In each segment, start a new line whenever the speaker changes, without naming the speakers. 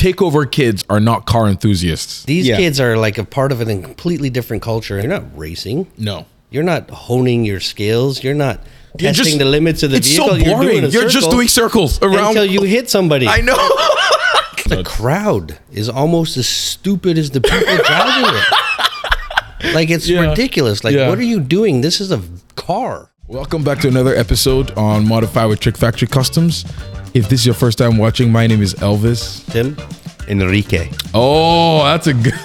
takeover kids are not car enthusiasts.
These
Yeah.
kids are like a part of a completely different culture. You're not racing.
No.
You're not honing your skills. You're not
You're
testing the limits of the
it's
vehicle.
so boring. You're,
a
just
circle
doing circles around.
until you hit somebody.
I know.
the crowd is almost as stupid as the people driving it. Like it's
Yeah.
ridiculous. Like
Yeah.
what are you doing? This is a v- car.
Welcome back to another episode on Modify with Trick Factory Customs. If this is your first time watching, my name is Elvis.
Tim, Enrique.
Oh, that's a good.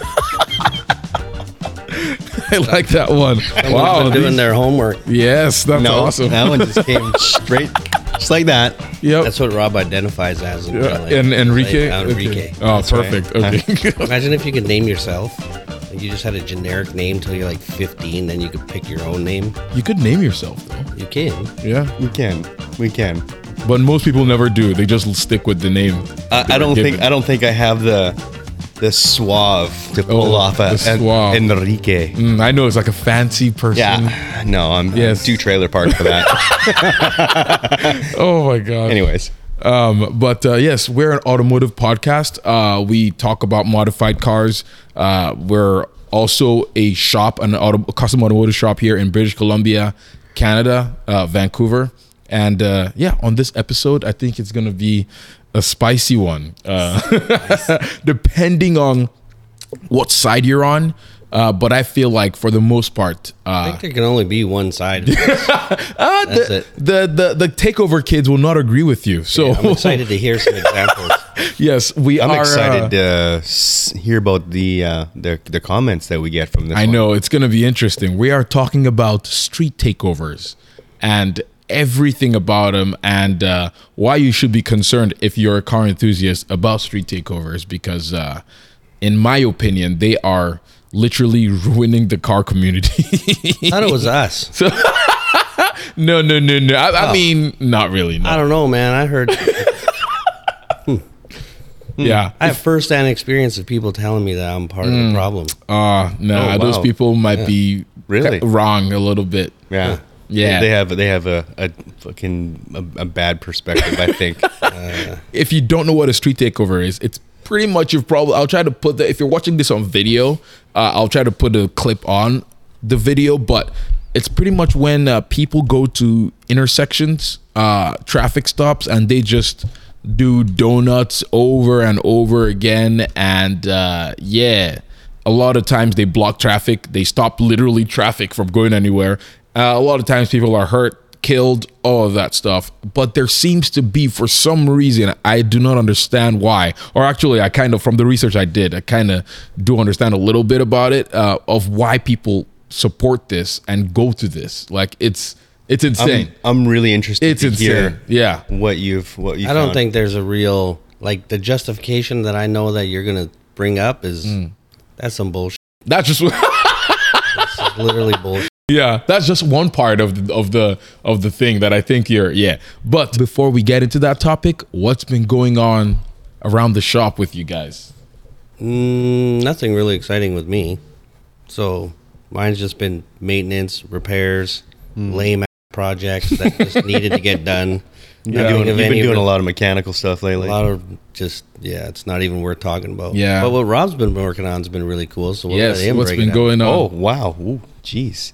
I like that one. Wow.
been doing
these-
their homework.
Yes, that's
No,
awesome.
that one just came straight, just like that.
Yep.
That's what Rob identifies as. in real life.
and Enrique.
Like, uh,
Okay.
Enrique.
Oh, perfect. Okay.
Imagine if you could name yourself. Like you just had a generic name till you're like 15, then you could pick your own name.
you could name yourself though.
You can.
Yeah,
We can, we can.
but most people never do. They just stick with the name.
I, I don't
Given.
think I don't think I have the the suave to pull
Oh,
off a,
the
an-
suave.
Enrique.
Mm, I know it's like a fancy person.
Yeah, no, I'm, I'm
Yes.
too trailer park for that.
Oh my god.
Anyways,
Um, but uh, yes, we're an automotive podcast. Uh, we talk about modified cars. Uh, we're also a shop, an auto, custom automotive shop here in British Columbia, Canada, uh, Vancouver. And uh, yeah, on this episode, I think it's going to be a spicy one, uh, depending on what side you're on. Uh, but I feel like for the most part, uh,
I think there can only be one side. of this. That's it.
Ah, the, the the takeover kids will not agree with you. So
I'm excited to hear some examples.
yes, we
I'm
are. uh,
excited to s- hear about the uh, the the comments that we get from this.
I
one.
know it's going to be interesting. We are talking about street takeovers and everything about them and uh, why you should be concerned if you're a car enthusiast about street takeovers because, uh, in my opinion, they are literally ruining the car community.
thought it was us.
no, no, no, no. I, I mean, not really. No.
I don't know, man. I heard
Mm.
yeah.
I have firsthand experience of people telling me that I'm part of the problem.
Uh, no,
Oh,
those
wow.
people might be
Really?
wrong a little bit.
Yeah.
Yeah.
They have they have a, a fucking a, a bad perspective, I think.
if you don't know what a street takeover is, it's pretty much you've probably. I'll try to put the. If you're watching this on video, uh, I'll try to put a clip on the video, but it's pretty much when uh, people go to intersections, uh, traffic stops, and they just do donuts over and over again, and uh, yeah. A lot of times they block traffic. They stop literally traffic from going anywhere. Uh, a lot of times people are hurt killed, all of that stuff. But there seems to be, for some reason, I do not understand why. Or actually, I kind of, from the research I did, I kind of do understand a little bit about it uh, of why people support this and go to this. Like it's it's insane.
I'm, I'm really interested
it's
to
insane.
hear
Yeah.
what you've what you
I don't think there's a real like the justification that I know that you're gonna bring up is that's some bullshit.
That's just
It's literally bullshit.
Yeah, that's just one part of the, of the of the thing that I think you're yeah. But before we get into that topic, what's been going on around the shop with you guys?
Mm, nothing really exciting with me. So mine's just been maintenance, repairs,
Hmm.
lame ass projects that just needed to get done.
You've
Nothing
been doing,
of
you've been
any
doing
re-
a lot of mechanical stuff lately.
A lot of just yeah, it's not even worth talking about.
Yeah.
But what Rob's been working on has been really cool. So we'll let
yes,
him
what's
break
been
it down.
going on?
oh wow, Ooh, jeez.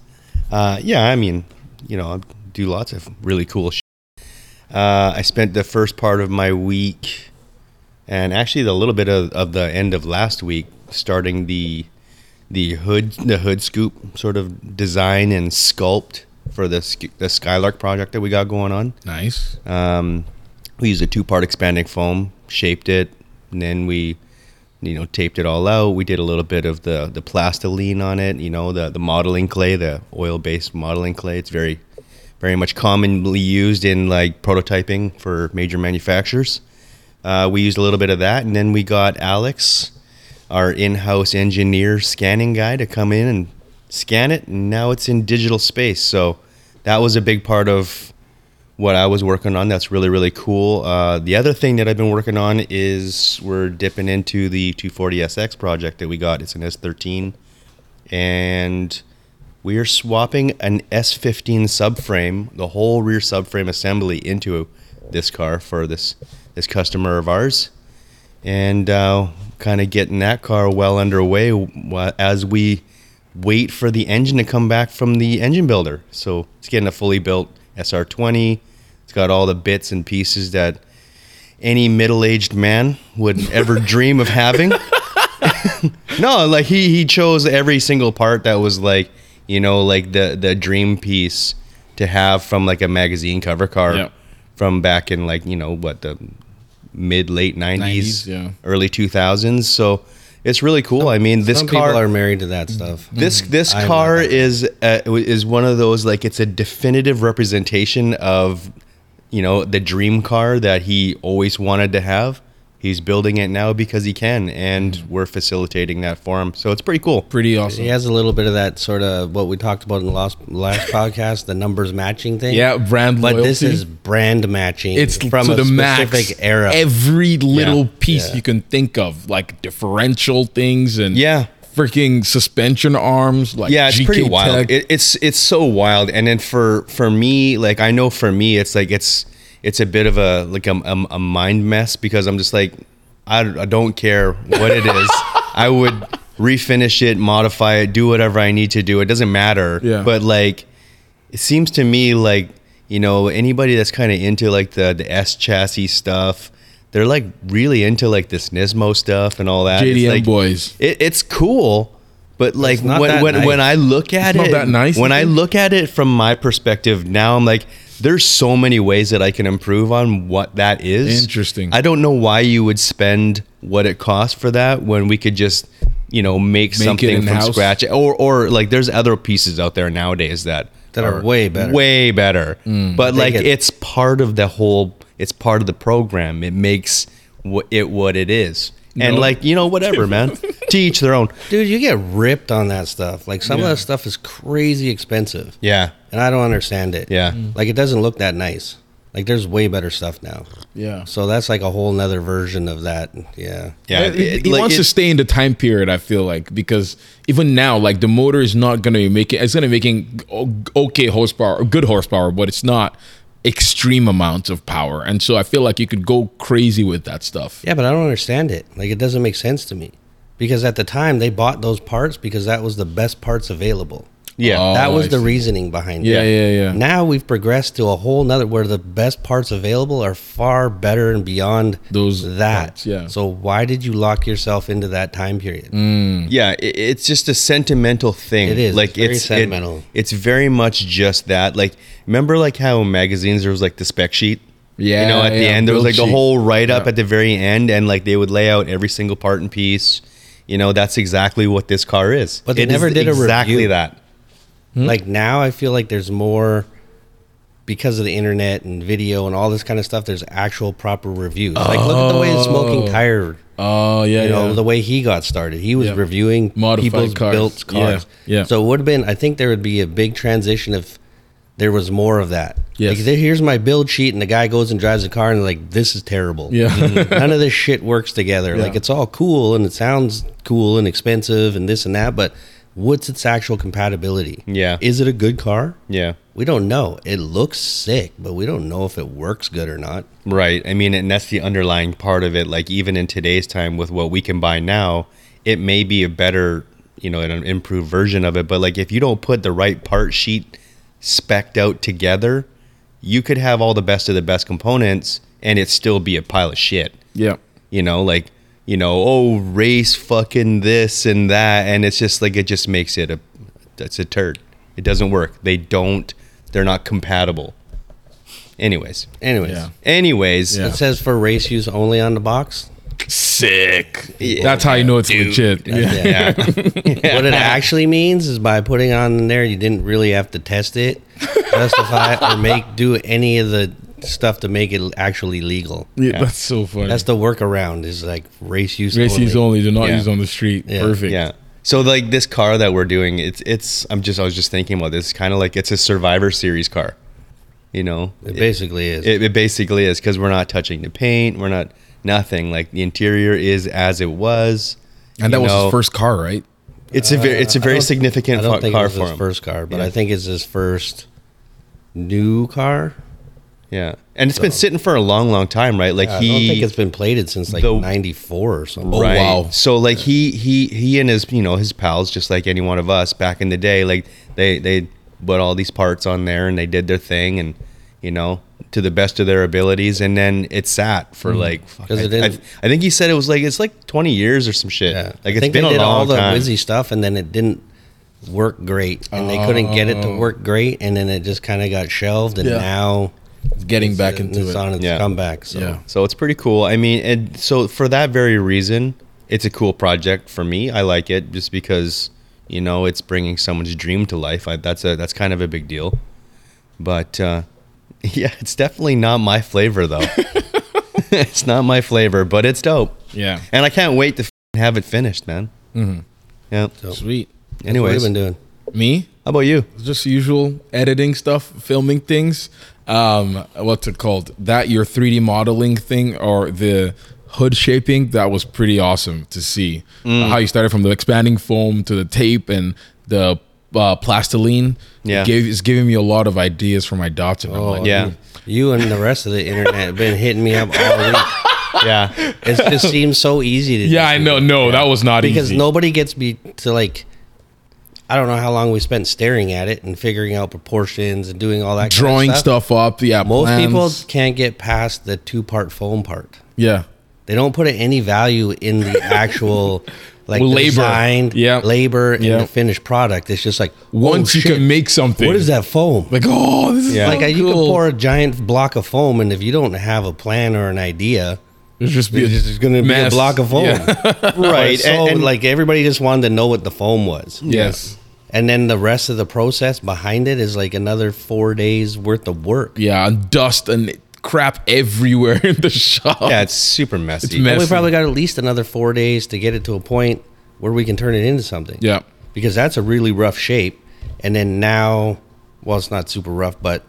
Uh, yeah, I mean, you know, I do lots of really cool. Shit. Uh, I spent the first part of my week, and actually the little bit of, of the end of last week, starting the the hood the hood scoop sort of design and sculpt for the Sk- the Skylark project that we got going on.
nice.
Um, we used a two-part expanding foam, shaped it, and then we, you know, taped it all out. We did a little bit of the the plastiline on it. You know, the the modeling clay, the oil-based modeling clay. It's very, very much commonly used in like prototyping for major manufacturers. Uh, we used a little bit of that, and then we got Alex, our in-house engineer scanning guy, to come in and scan it. And now it's in digital space, so that was a big part of what I was working on. That's really really cool. Uh, the other thing that I've been working on is we're dipping into the 240SX project that we got. It's an S13, and we are swapping an S15 subframe, the whole rear subframe assembly, into this car for this this customer of ours. and uh, kind of getting that car well underway wh- as we wait for the engine to come back from the engine builder. So it's getting a fully built SR20. It's got all the bits and pieces that any middle-aged man would ever dream of having. no, like he he chose every single part that was like you know like the the dream piece to have from like a magazine cover car
Yeah.
from back in like you know what the mid late 90s,
90s, yeah.
early 2000s so it's really cool i mean this
Some
car
people are married to that stuff.
this this
I love
car
that.
is uh, is one of those like it's a definitive representation of you know the dream car that he always wanted to have. He's building it now because he can, and
Hmm.
we're facilitating that for him. So it's pretty cool.
Pretty awesome.
He has a little bit of that sort of what we talked about in the last last podcast, the numbers matching thing.
Yeah, brand
But
loyalty.
this is brand matching.
it's
from
to
a
the
specific
max
era.
Every little piece
yeah.
you can think of, like differential things and
Yeah.
freaking suspension arms. Like
yeah it's
GK
pretty wild
Tech.
it, it's it's so wild and then for for me like i know for me it's like it's it's a bit of a like a, a, a mind mess because i'm just like I, I don't care what it is i would refinish it modify it do whatever i need to do it doesn't matter
Yeah.
but like it seems to me like you know anybody that's kind of into like the the s chassis stuff they're like really into like this nismo stuff and all that It's
JDM
like-
boys.
it, it's cool, but like
not
when
that
when,
nice.
when I look at
not
it,
that nice,
when
you
I
think?
look at it from my perspective now, I'm like, there's so many ways that I can improve on what that is.
Interesting.
I don't know why you would spend what it costs for that when we could just, you know, make,
it
something from
in-house.
scratch. Or or like there's other pieces out there nowadays that
That are way better.
way better. But like
get-
it's part of the whole. It's part of the program. It makes wh- it what it is. And
No.
like you know, whatever, man. to each their own.
Dude, you get ripped on that stuff. Like some of that stuff is crazy expensive.
Yeah.
And I don't understand it.
Yeah. Mm.
Like it doesn't look that nice. Like there's way better stuff now.
Yeah.
So that's like a whole nother version of that. Yeah.
Yeah.
He- he
it-
he
Uh, like,
wants
it-
to stay in the time period. I feel like because even now, like the motor is not going to be making. It's going to be making o- okay horsepower, good horsepower, but it's not extreme amounts of power. And so I feel like you could go crazy with that stuff.
Yeah, but I don't understand it. Like it doesn't make sense to me. Because at the time they bought those parts because that was the best parts available.
yeah.
Oh,
that was
I
the
see.
reasoning behind
Yeah,
it.
yeah, yeah.
Now we've progressed to a whole nother where the best parts available are far better and beyond
Those
that.
parts, yeah. Mm-hmm.
So why did you lock yourself into that time period?
yeah i- it's just a sentimental thing
It is.
like
It's very
it's Mm. it-
sentimental.
it's very much just that like remember like how in magazines there was like the spec sheet you
Yeah,
know at the
yeah,
end there was
build
like the
sheet.
whole write-up at the very end and like they would lay out every single part and piece you know that's exactly what this car is
But they
It is
never did a
exactly
review.
that
Like now I feel like there's more because of the internet and video and all this kind of stuff, there's actual proper reviews. Like look at the way the smoking tire
Oh yeah,
you know
yeah.
the way he got started he was
Yeah.
reviewing
Modified
people's
cars.
built cars
Yeah, yeah.
so it would have been i think there would be a big transition if there was more of that
Yes.
like there- here's my build sheet and the guy goes and drives a car and like this is terrible
Yeah. Mhm.
none of this shit works together
Yeah.
like it's all cool and it sounds cool and expensive and this and that but what's its actual compatibility
Yeah.
is it a good car
yeah
we don't know it looks sick but we don't know if it works good or not
Right. I mean, and that's the underlying part of it. Like even in today's time, with what we can buy now, it may be a better, you know, an improved version of it. But like if you don't put the right part sheet specked out together, you could have all the best of the best components, and it still be a pile of shit.
yeah.
You know, like you know, oh, race fucking this and that, and it's just like it just makes it a, it's a turd. It doesn't work. They don't. They're not compatible. Anyways.
anyways
Yeah.
Anyways,
Yeah.
it says for race use only on the box
Sick. That's how you know it's legit. Yeah.
yeah.
what it actually means is by putting on there, you didn't really have to test it, justify it, or make do any of the stuff to make it actually legal.
Yeah, that's so funny.
That's the workaround. Is like race use.
race use only. Do not
Yeah.
use on the street.
Yeah.
Perfect.
yeah. So like this car that we're doing, it's it's I'm just I was just thinking about this. Kind of like it's a Survivor Series car, you know.
It basically is.
It, it basically is because we're not touching the paint. We're not nothing. Like the interior is as it was.
And that
you
was
know.
his first car, right?
It's a very it's a
Uh, I
very
don't-
significant
I don't
fu-
think it
car
was
for
his
him.
first car, but
Yeah.
I think it's his first new car.
Yeah, and it's been sitting for a long, long time, right? Like
I
he,
don't think it's been plated since like
the-
'94 or something.
right?
wow.
Oh, So like he, he, he and his, you know, his pals, just like any one of us back in the day, like they, they put all these parts on there and they did their thing and, you know, to the best of their abilities, and then it sat for like, fuck,
Mm. 'Cause
I,
it didn't-
I, I think he said it was like it's like twenty years or some shit.
Yeah.
Like
I
it's
think they
been a
did
long
all the
time.
Wizzy stuff, and then it didn't work great, and they couldn't get it to work great, and then it just kind of got shelved, and
Oh. Yeah.
now
It's getting back into
it's
it.
on its
Yeah.
comeback. So
Yeah.
So it's pretty cool. I mean, and so for that very reason, it's a cool project for me. I like it just because you know it's bringing someone's dream to life. I, that's a that's kind of a big deal. But uh, yeah, it's definitely not my flavor though. it's not my flavor, but it's dope,
Yeah.
and I can't wait to f- have it finished, man. Mm-hmm. Yeah.
Sweet.
what have
Anyways,
you been
how
doing?
Me?
about you?
just usual editing stuff, filming things. Um, what's it called? That your 3D modeling thing or the hood shaping? That was pretty awesome to see
Mm.
Uh, how you started from the expanding foam to the tape and the uh, plastiline.
Yeah.
it gave, it's giving me a lot of ideas for my dots. And I'm
Oh.
like,
Yeah,
You and the rest of the internet have been hitting me up all week.
yeah,
It just seems so easy to.
yeah, I
just-
know. No, that was not
because
easy.
nobody gets me to like I don't know how long we spent staring at it and figuring out proportions and doing all that kind of
drawing stuff. up. Yeah,
Most people
plans.
can't get past the two part foam part.
Yeah,
They don't put any value in the actual like
Well,
labor,
labor.
design,
Yeah.
labor, and
Yeah.
the finished product. It's just like
once
oh,
you
shit,
can make something,
what is that foam?
Like, oh, this is
Yeah.
so
Like you can
cool.
pour a giant block of foam, and if you don't have a plan or an idea,
It's just be
it's just going to be a
mess.
block of foam.
Yeah.
right.
So
and, and like,
like everybody just wanted to know what the foam was.
yes.
And then the rest of the process behind it is like another four days worth of work.
Yeah, and dust and crap everywhere in the shop.
yeah, it's super messy.
messy.
And we
Yes.
probably got at least another four days to get it to a point where we can turn it into something.
yeah,
Because that's a really rough shape. And then now, well, it's not super rough, but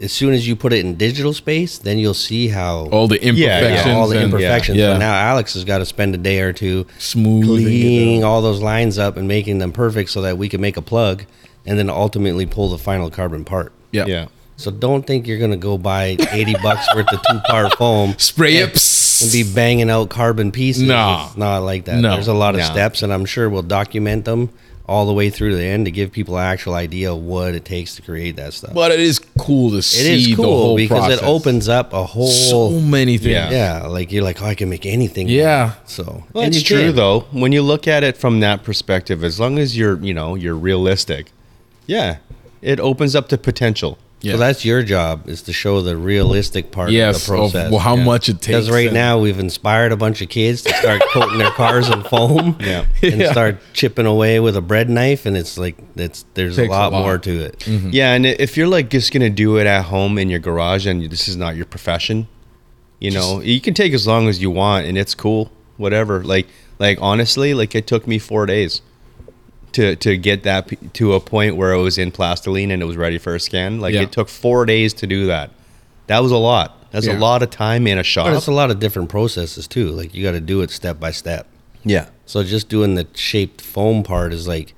as soon as you put it in digital space, then you'll see how
all the
yeah,
imperfections.
yeah, all the
and-
imperfections.
Yeah,
So now Alex has got to spend a day or two
Smoothing it
cleaning all those lines up and making them perfect so that we can make a plug and then ultimately pull the final carbon part.
yeah.
yeah.
So don't think you're gonna go buy eighty bucks worth of two part foam
Spray it.
and
psst.
be banging out carbon pieces.
Nah.
It's not like that.
No.
There's a lot of
Nah.
steps, and I'm sure we'll document them all the way through to the end to give people an actual idea of what it takes to create that stuff.
but it is cool to
it
see
is
the
cool
whole
because
process.
it opens up a whole.
so many things.
Yeah.
yeah, like you're like, oh, I can make anything.
Yeah.
So
Well,
and
it's
you
true
can.
though. When you look at it from that perspective, as long as you're, you know, you're realistic, yeah, it opens up to potential.
Yeah.
So that's your job is to show the realistic part
yes,
of the
of
process.
how much it takes.
Because right
and-
now we've inspired a bunch of kids to start coating their cars in foam,
Yeah.
and
Yeah.
start chipping away with a bread knife, and it's like it's there's a
Takes a
lot,
lot. Mm-hmm.
more to it.
Yeah, and if you're like just gonna do it at home in your garage, and this is not your profession, you know, you can take as long as you want, and it's cool, whatever. Like, like honestly, like it took me four days to to get that p- to a point where it was in plastiline and it was ready for a scan. Like,
Yeah.
it took four days to do that. That was a lot. That's
Yeah.
a lot of time in a shop.
But it's a lot of different processes too. Like you got to do it step by step.
yeah.
So just doing the shaped foam part is like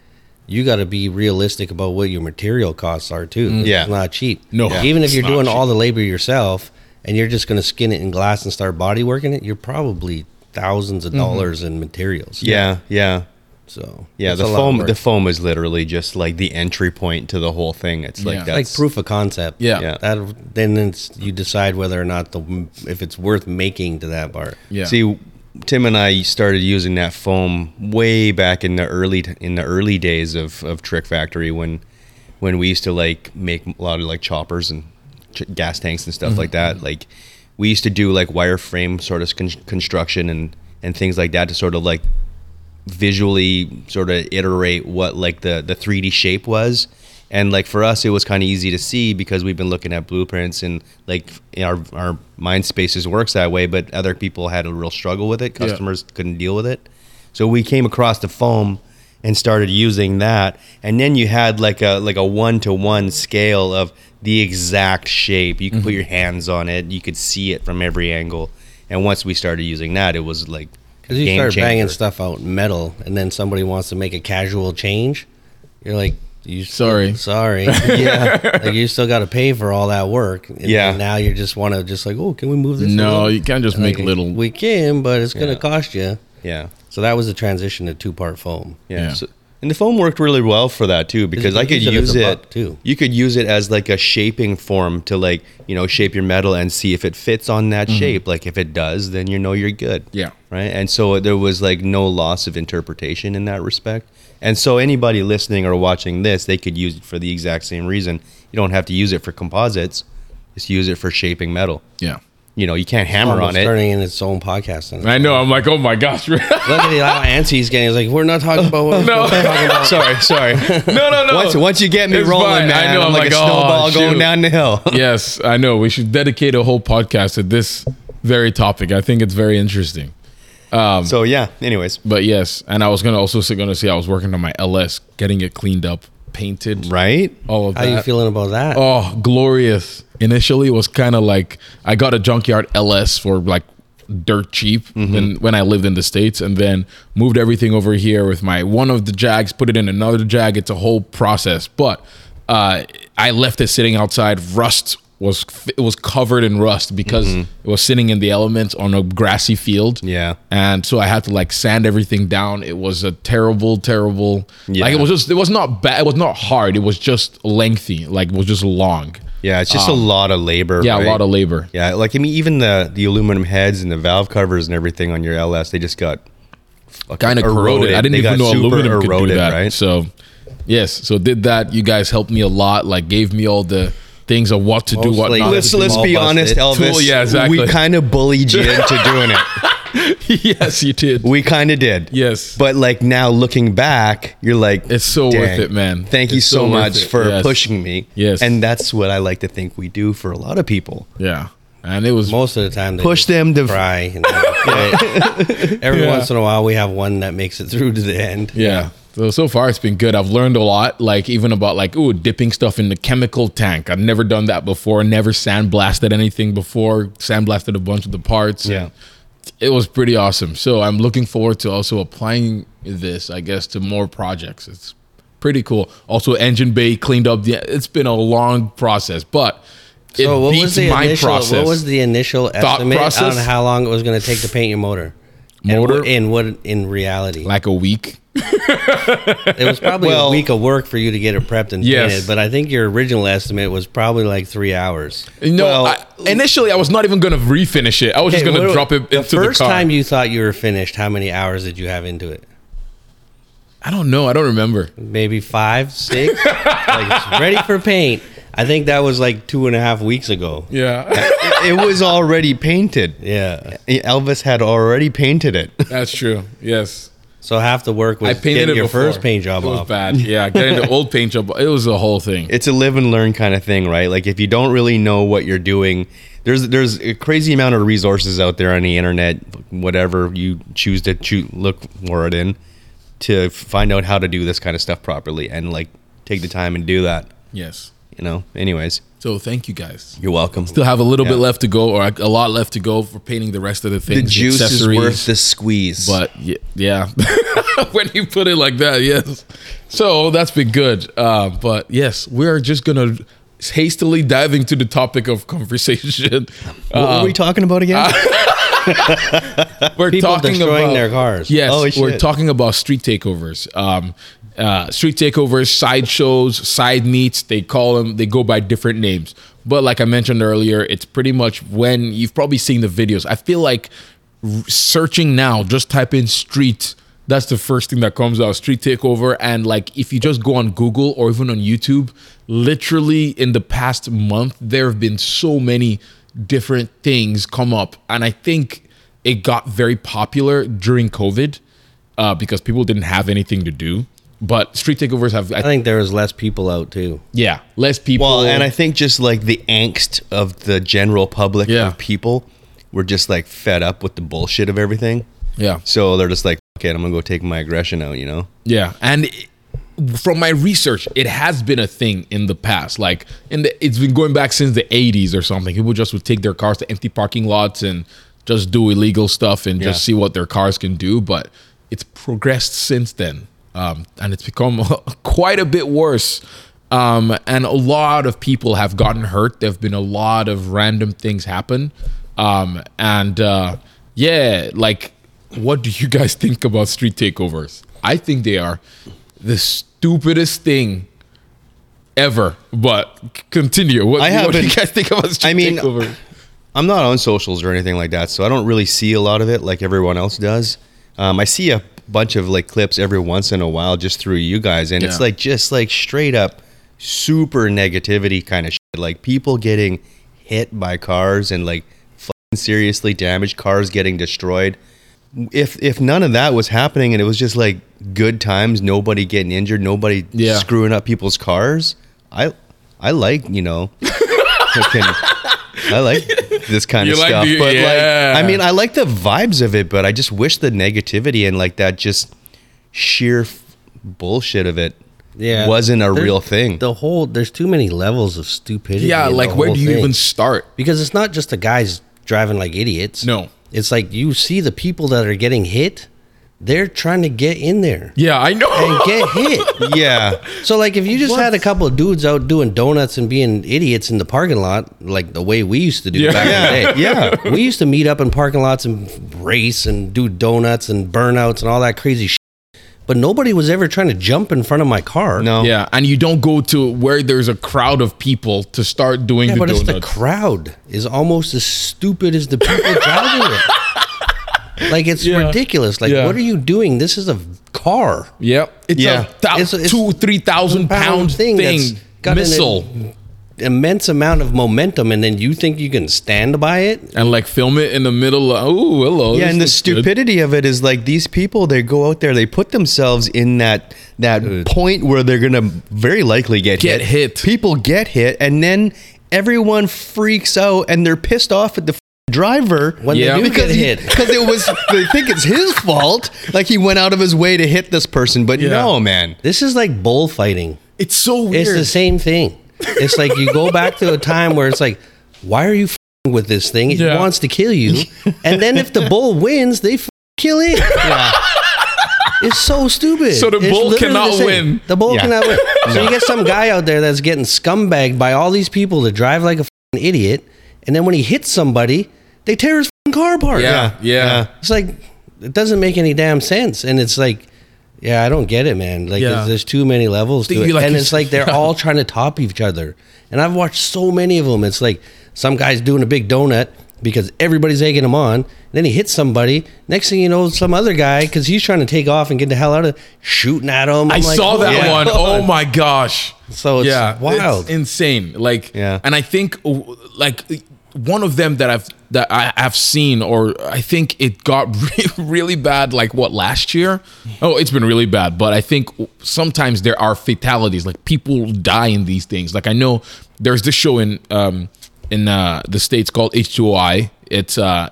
you got to be realistic about what your material costs are too.
Mm. Yeah.
it's not cheap.
No,
even if
it's
you're
not
doing
cheap.
all the labor yourself and you're just going to skin it in glass and start body working it, you're probably thousands of dollars in materials.
Mm-hmm. Yeah, yeah.
so
Yeah,
it's
the
a lot of
foam
work.
the foam is literally just like the entry point to the whole thing. It's like
Yeah.
that's
like proof of concept.
Yeah.
Yeah.
That then it's, you decide whether or not the if it's worth making to that part.
Yeah.
See, Tim and I started using that foam way back in the early in the early days of of Trick Factory when when we used to like make a lot of like choppers and ch- gas tanks and
Mm-hmm.
stuff like that. Like we used to do like wireframe sort of con- construction and and things like that to sort of like visually sort of iterate what like the the 3D shape was. And like for us, it was kind of easy to see because we've been looking at blueprints and like our our mind spaces works that way. But other people had a real struggle with it.
Yeah.
Customers couldn't deal with it. So we came across the foam and started using that. And then you had like a like a one to one scale of the exact shape. You could
Mm-hmm.
put your hands on it. You could see it from every angle. And once we started using that, it was like
Because you
game
start banging
changer.
stuff out in metal, and then somebody wants to make a casual change, you're like, you
Sorry.
sorry. yeah, like you still got to pay for all that work. And
Yeah.
now you just want to just like, oh, can we move this? a
No,
little?"
you can't just
Like,
make little.
We can, but it's gonna
Yeah.
cost you.
Yeah.
So that was the transition to two part foam.
Yeah.
Yeah.
So, and the foam worked really well for that too because
you
I
could
could
use it
use
as a
it
buck, too.
You could use it as like a shaping form to like, you know, shape your metal and see if it fits on that shape. Like if it does, then you know you're good.
Yeah.
Right? And so there was like no loss of interpretation in that respect. And so anybody listening or watching this, they could use it for the exact same reason. You don't have to use it for composites. Just use it for shaping metal.
Yeah.
You know, you can't hammer
Almost
on it.
turning in its own podcast. on it.
I know. I'm like, oh my gosh. no,
Look at how antsy he's getting. He's like, we're not talking about what
No.
we're talking about.
sorry, sorry.
no, no.
Once, once you get me
It's
rolling,
fine.
man, I know, I'm, like, a
oh,
snowball
shoot.
going down the hill.
yes, I know. We should dedicate a whole podcast to this very topic. I think it's very interesting.
So yeah. Anyways,
But yes, and I was gonna also say- gonna say I was working on my LS, getting it cleaned up, painted,
right? Oh,
all of
How you
that.
feeling about that?
Oh, glorious! Initially, it was kind of like I got a junkyard LS for like dirt cheap when when I lived in the states, and then moved everything over here with my one of the Jags, put it in another Jag. It's a whole process, but uh, I left it sitting outside. Rust was it was covered in rust because it was sitting in the elements on a grassy field.
Yeah.
and so I had to like sand everything down. It was a terrible, terrible.
Yeah.
Like it was just it was not bad. It was not hard. It was just lengthy. Like it was just long.
Yeah, it's just a lot of labor.
Um, Yeah,
right?
a lot of labor.
Yeah, like I mean, even the the aluminum heads and the valve covers and everything on your LS, they just got
Kind of
Eroded.
corroded. I didn't
They
even
got
know
super
aluminum could do
eroded,
that.
right?
So, yes. So did that. You guys helped me a lot. Like gave me all the things of what to do, what
Mostly
not.
Let's
to
Obviously
let's
small
be
busted.
honest, Elvis.
Tool, yeah, exactly.
We kind of bullied you into doing it.
do. yes, you did.
We kind of did.
Yes.
But like now looking back, you're like,
It's so worth
"Dang,
it, man.
Thank you
It's
so,
so worth
much
it."
for
Yes.
pushing me.
Yes.
And that's what I like to think we do for a lot of people.
yeah, and it was.
Most of the time, they
Push
just
them to
cry. And then- Every
Yeah.
once in a while, we have one that makes it through to the end.
Yeah. So so far it's been good. I've learned a lot, like even about like ooh dipping stuff in the chemical tank. I've never done that before. Never sandblasted anything before. Sandblasted a bunch of the parts.
Yeah.
It was pretty awesome. So I'm looking forward to also applying this, I guess, to more projects. It's pretty cool. Also, engine bay cleaned up. The, it's been a long process, but it
So, Oh, what
beats
was the
my
initial?
process.
What was the initial estimate
process?
on how long it was going to take to paint your motor? And
Motor?
what- and what in reality?
like a week?
It was probably
Well-
a week of work for you to get it prepped and
Yes.
painted, but I think your original estimate was probably like three hours.
No,
Well-
I, initially I was not even gonna refinish it. I was just
Okay,
gonna
what-
drop it
the
into
first
the car.
time you thought you were finished. How many hours did you have into it?
I don't know. I don't remember.
Maybe five, six. like it's ready for paint. I think that was like two and a half weeks ago.
Yeah,
it, it was already painted.
Yeah.
Elvis had already painted it.
that's true. Yes,
So half the work was
I painted
getting
it
your
before.
first paint job
It was
off.
bad. Yeah, getting the old paint job. It was a whole thing.
it's a live and learn kind of thing, right? Like if you don't really know what you're doing, there's there's a crazy amount of resources out there on the internet, whatever you choose to choo- look for it in, to find out how to do this kind of stuff properly and like take the time and do that.
yes.
You know. Anyways,
So thank you guys.
you're welcome.
Still have a little
Yeah.
bit left to go, or a lot left to go for painting the rest of the
the
things.
juice is
accessories,
worth the squeeze.
But y- yeah, when you put it like that, yes. So that's been good. Uh, but yes, we are just gonna hastily dive into the topic of conversation. Uh,
what were we talking about again?
We're
People
talking
destroying
about
their cars.
Yes,
Oh,
we're
shit.
talking about street takeovers. Um, uh, street takeovers, sideshows, side meets, they call them, they go by different names. But like I mentioned earlier, it's pretty much when you've probably seen the videos. I feel like r- searching now, just type in street. That's the first thing that comes out street takeover. And like if you just go on Google or even on YouTube, literally in the past month, there have been so many different things come up. And I think it got very popular during COVID uh, because people didn't have anything to do. But street takeovers have, I
I think there was less people out too.
yeah, less people.
Well, and I think just like the angst of the general public
Yeah.
of people were just like fed up with the bullshit of everything.
yeah,
So they're just like, okay, I'm gonna go take my aggression out, you know?
yeah, and i- from my research, it has been a thing in the past. Like, in the, it's been going back since the '80s or something. People just would take their cars to empty parking lots and just do illegal stuff and just
Yeah.
see what their cars can do. But it's progressed since then. um, and it's become quite a bit worse. Um, and a lot of people have gotten hurt. There have been a lot of random things happen, um, and uh, yeah, like, what do you guys think about street takeovers? I think they are the stupidest thing ever. But c- continue. What,
I
what do you
haven't-
guys think about street
I mean,
takeovers?
I'm not on socials or anything like that, so I don't really see a lot of it like everyone else does. Um, I see a bunch of like clips every once in a while just through you guys, and it's
Yeah.
like just like straight up super negativity kind of shit. like people getting hit by cars and like fucking seriously damaged cars getting destroyed. If if none of that was happening and it was just like good times, nobody getting injured, nobody
Yeah.
screwing up people's cars, I I like you know. fucking- I like this kind
You
of
like
stuff.
the-
but
yeah.
like I mean, I like the vibes of it, but I just wish the negativity and like that just sheer f- bullshit of it wasn't a
There-
real thing.
The whole there's too many levels of stupidity.
Yeah,
in the
like where
whole
do you
thing.
even start?
Because it's not just the guys driving like idiots.
No.
It's like you see the people that are getting hit, they're trying to get in there
Yeah, I know.
and get hit.
yeah.
So like if you just had a couple of dudes out doing donuts and being idiots in the parking lot, like the way we used to do
Yeah.
back in the day.
Yeah.
We used to meet up in parking lots and race and do donuts and burnouts and all that crazy shit. But nobody was ever trying to jump in front of my car.
No.
Yeah, and you don't go to where there's a crowd of people to start doing
Yeah,
the
but
donuts.
it's the crowd is almost as stupid as the people driving it. Like it's
Yeah.
ridiculous. Like
Yeah.
what are you doing? This is a car.
yep, it's
Yeah.
a thou-
It's a- it's
two, three thousand pound thing,
that's got an
missile,
immense amount of momentum, and then you think you can stand by it?
and like film it in the middle. of, Oh, hello.
Yeah,
this
and the
looks good."
stupidity of it is like these people they go out there, they put themselves in that that point where they're gonna very likely get
Get hit.
People get hit, and then everyone freaks out and they're pissed off at the f- driver
When
Yeah.
they do
because
get
he-
hit,
'cause it was they think it's his fault. Like he went out of his way to hit this person, but
Yeah.
no, man.
this is like bullfighting.
It's so weird.
It's the same thing. It's like you go back to a time where it's like, why are you fing with this thing? It
Yeah.
wants to kill you. And then if the bull wins, they f- kill it. It's so stupid.
So the
It's
bull
literally
cannot
same.
win.
The bull
Yeah.
cannot win. So you get some guy out there that's getting scumbagged by all these people that drive like a fing idiot, and then when he hits somebody, they tear his fing car apart.
yeah, yeah,
Yeah.
It's like it doesn't make any damn sense, and it's like, yeah, I don't get it, man. Like,
Yeah.
there's, there's too many levels to
Dude,
it,
like
and
you
it's like they're all trying to top each other. And I've watched so many of them. It's like some guy's doing a big donut because everybody's egging him on. Then he hits somebody. Next thing you know, some other guy because he's trying to take off and get the hell out of shooting at him. I'm
I
like,
saw
oh
that
my
one.
God.
Oh my gosh.
So it's wild.
insane. Like
Yeah.
and I think oh, like one of them that I've that I have seen or I think it got re- really bad like what last year? Oh, it's been really bad, but I think sometimes there are fatalities like people die in these things. Like I know there's this show in um in uh the states called H2OI. It's uh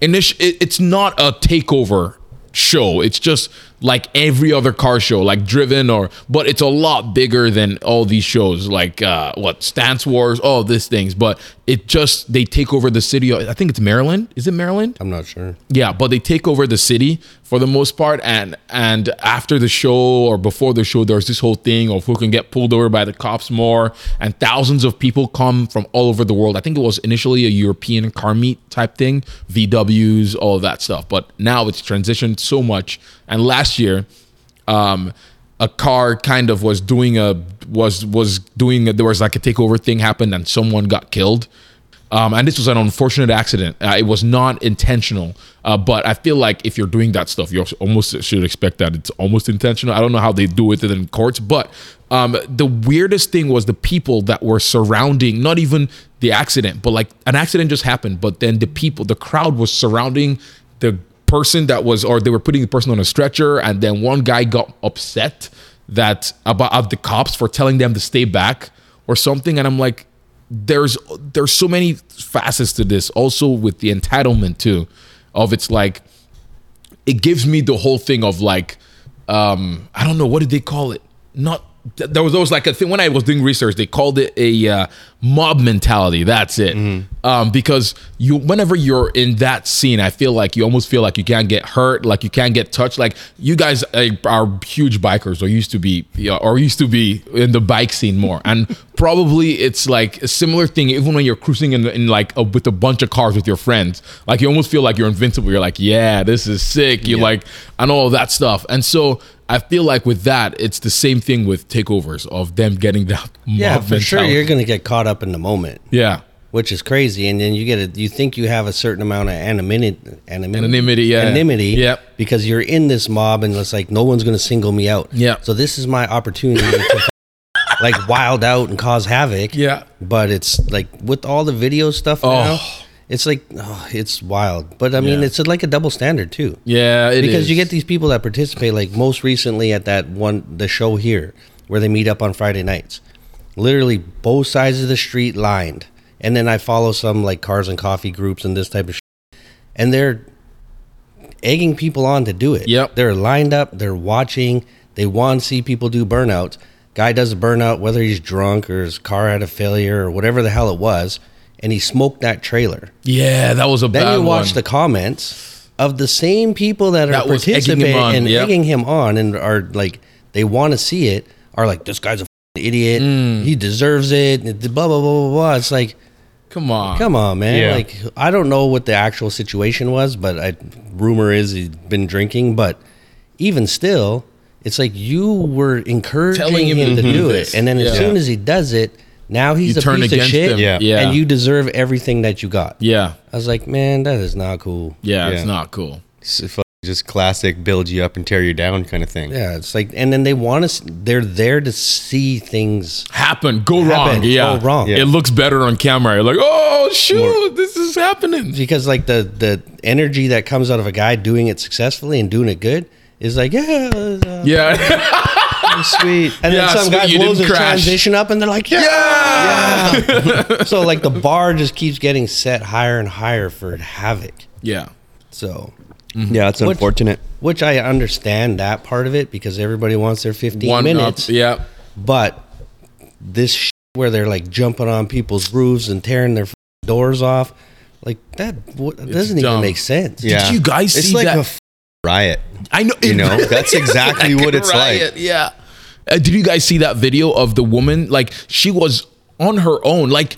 initial it, it's not a takeover show it's just like every other car show like driven or but it's a lot bigger than all these shows like uh what stance wars all these things but it just they take over the city i think it's maryland is it maryland
I'm not sure.
yeah, but they take over the city for the most part, and and after the show or before the show, there's this whole thing of who can get pulled over by the cops more, and thousands of people come from all over the world. I think it was initially a European car meet type thing, VWs, all of that stuff, but now it's transitioned so much. And last year, um, a car kind of was doing a was was doing there was like a takeover thing happened, and someone got killed. Um, and this was an unfortunate accident. Uh, it was not intentional, uh, but I feel like if you're doing that stuff, you almost should expect that it's almost intentional. I don't know how they do it in courts, but um, the weirdest thing was the people that were surrounding, not even the accident, but like an accident just happened, but then the people, the crowd was surrounding the person that was, or they were putting the person on a stretcher, and then one guy got upset that about of the cops for telling them to stay back or something, and I'm like there's there's so many facets to this also with the entitlement too of it's like it gives me the whole thing of like um i don't know what did they call it not th- there was always like a thing when i was doing research they called it a uh, mob mentality. That's it. Um, because you, whenever you're in that scene, I feel like you almost feel like you can't get hurt, like you can't get touched. Like you guys uh, are huge bikers, or used to be, yeah, or used to be in the bike scene more. And probably it's like a similar thing, even when you're cruising in, in like a, with a bunch of cars with your friends. Like you almost feel like you're invincible. You're like, yeah, this is sick. You're like, and all that stuff. And so. I feel like with that, it's the same thing with takeovers of them getting that
Yeah,
mob
for sure.
mentality.
You're gonna get caught up in the moment,
Yeah.
which is crazy, and then you get a, you think you have a certain amount of anonymity, anonymity,
Anonymity, yeah.
anonymity,
Yep.
because you're in this mob, and it's like no one's gonna single me out.
Yeah.
So this is my opportunity to like wild out and cause havoc.
Yeah.
But it's like with all the video stuff now,
Oh.
it's like oh, it's wild. But I mean,
Yeah.
it's like a double standard too.
Yeah, it
because
is.
you get these people that participate like most recently at that one the show here where they meet up on friday nights literally both sides of the street lined and then i follow some like cars and coffee groups and this type of shit, and they're egging people on to do it
Yep.
they're lined up they're watching they want to see people do burnouts guy does a burnout whether he's drunk or his car had a failure or whatever the hell it was and he smoked that trailer
Yeah, that was a bad
then you watch
one.
the comments of the same people that are
That was egging him
participating
on,
and
yep.
egging him on and are like they want to see it are like this guy's a f***ing idiot
Mm.
he deserves it and blah blah blah blah blah it's like
Come on.
come on man
Yeah.
like I don't know what the actual situation was but I rumor is he's been drinking but even still it's like you were encouraging
Telling him
him,
to
to
do
do
this.
it and then as
Yeah.
soon as he does it now he's
You
a
turn
piece
against
of shit
him.
Yeah.
Yeah.
and you deserve everything that you got
Yeah.
I was like man that is not cool
Yeah, it's
Yeah.
not cool.
It's a fucking just classic build you up and tear you down kind of thing.
Yeah, it's like, and then they want us. They're there to see things.
Happen, go
Happen,
wrong. Yeah.
go wrong.
It looks better on camera. You're like, oh shoot, this is happening.
Because like the the energy that comes out of a guy doing it successfully and doing it good is like, yeah, uh,
Yeah.
sweet. And
Yeah,
then some
sweet,
guys
you
blows
didn't
his
crash.
transition up, and they're like, yeah.
yeah.
so like the bar just keeps getting set higher and higher for havoc.
Yeah.
So,
Yeah, it's
What-
unfortunate.
which I understand that part of it because everybody wants their fifteen
One
minutes.
up. Yeah.
But this sh- where they're like jumping on people's roofs and tearing their f- doors off, like that what, doesn't
dumb.
even make sense.
Yeah.
Did you guys
It's
see
like
that?
a f- riot.
I know.
You
it
know,
really
that's
is
exactly
like
what
a
it's like.
riot, Yeah. Uh, did you guys see that video of the woman? Like she was on her own. Like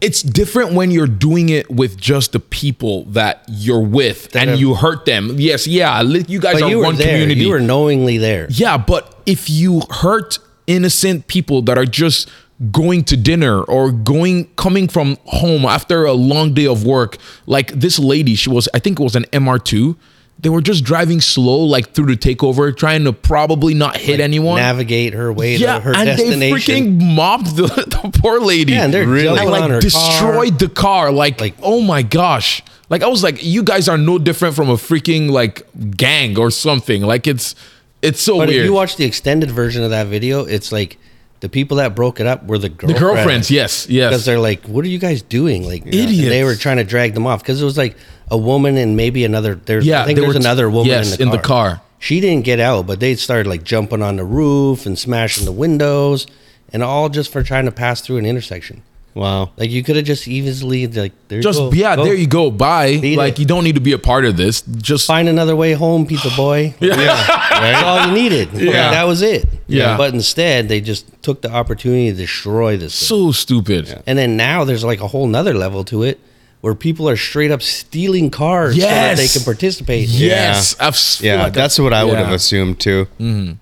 it's different when you're doing it with just the people that you're with and
have-
you hurt them. Yes, yeah. li- You guys
But
are
you were
one
there.
community.
You were knowingly there.
Yeah, but if you hurt innocent people that are just going to dinner or going coming from home after a long day of work, like this lady, she was I think it was an MR2. They were just driving slow, like through the takeover, trying to probably not hit anyone.
Navigate her way
yeah,
to her
and they
destination.
freaking mobbed the, the poor lady.
Yeah, and they're
Really?
jumping
And,
on
like
her
destroyed
car.
the car. Like,
Like-
oh my gosh. Like I was like, you guys are no different from a freaking like gang or something. Like it's it's so
But
weird.
if you watch the extended version of that video, it's like the people that broke it up were
The
the girlfriends.
girlfriends, yes,
because
yes.
they're like, "What are you guys doing?" Like and
Idiots.
They were trying to drag them off because it was like a woman and maybe another. There's,
Yeah,
I think
there
there's
were t-
another woman
yes,
in, the, car.
car.
She didn't get out, but they started like jumping on the roof and smashing the windows, and all just for trying to pass through an intersection.
Wow.
Like you could have just easily like there you
Just
go,
yeah,
go.
there you go. Bye.
Beat
like
it.
you don't need to be a part of this. Just
find another way home, pizza boy. yeah, that's all you needed.
Yeah.
that was it.
Yeah.
but instead they just took the opportunity to destroy this. thing.
so stupid. Yeah.
And then now there's like a whole nother level to it where people are straight up stealing cars so that they
Yes.
can participate.
Yes, I've s- feel
Yeah,
like
that's what I would
yeah.
have assumed too.
Mm.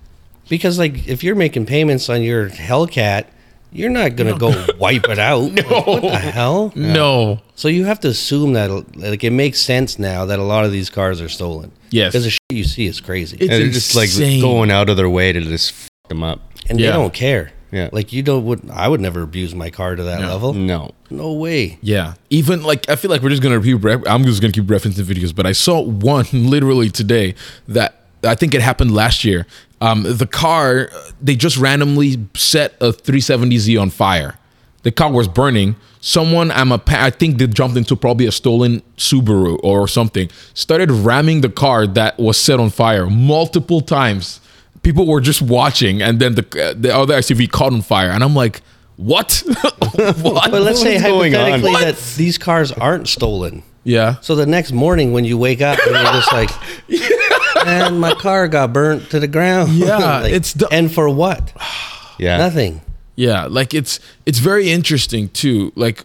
Because like if you're making payments on your Hellcat, you're not gonna go wipe it out. no. what the hell?
No,
So you have to assume that like it makes sense now that a lot of these cars are stolen.
Yes.
Because the shit you see is crazy.
It's
And they're just like
insane.
going out of their way to just f them up.
and
yeah.
they don't care.
Yeah.
Like you don't would I would never abuse my car to that level.
No. Mm.
No way.
Yeah. Even like I feel like we're just gonna keep. Ref- I'm just gonna keep referencing videos, but I saw one literally today that I think it happened last year. Um, the car they just randomly set a 370Z on fire. The car was burning. Someone I'm a pa- I think they jumped into probably a stolen Subaru or something. Started ramming the car that was set on fire multiple uh, times. People were just watching, and then the the other SUV caught on fire, and I'm like. what? what?
But let's say
is going on?
hypothetically
What?
that these cars aren't stolen.
yeah.
So the next morning when you wake up, and you're just like, man, my car got burnt to the ground.
Yeah,
Like,
it's the-
and for what?
Yeah.
Nothing.
Yeah, like it's it's very interesting too. Like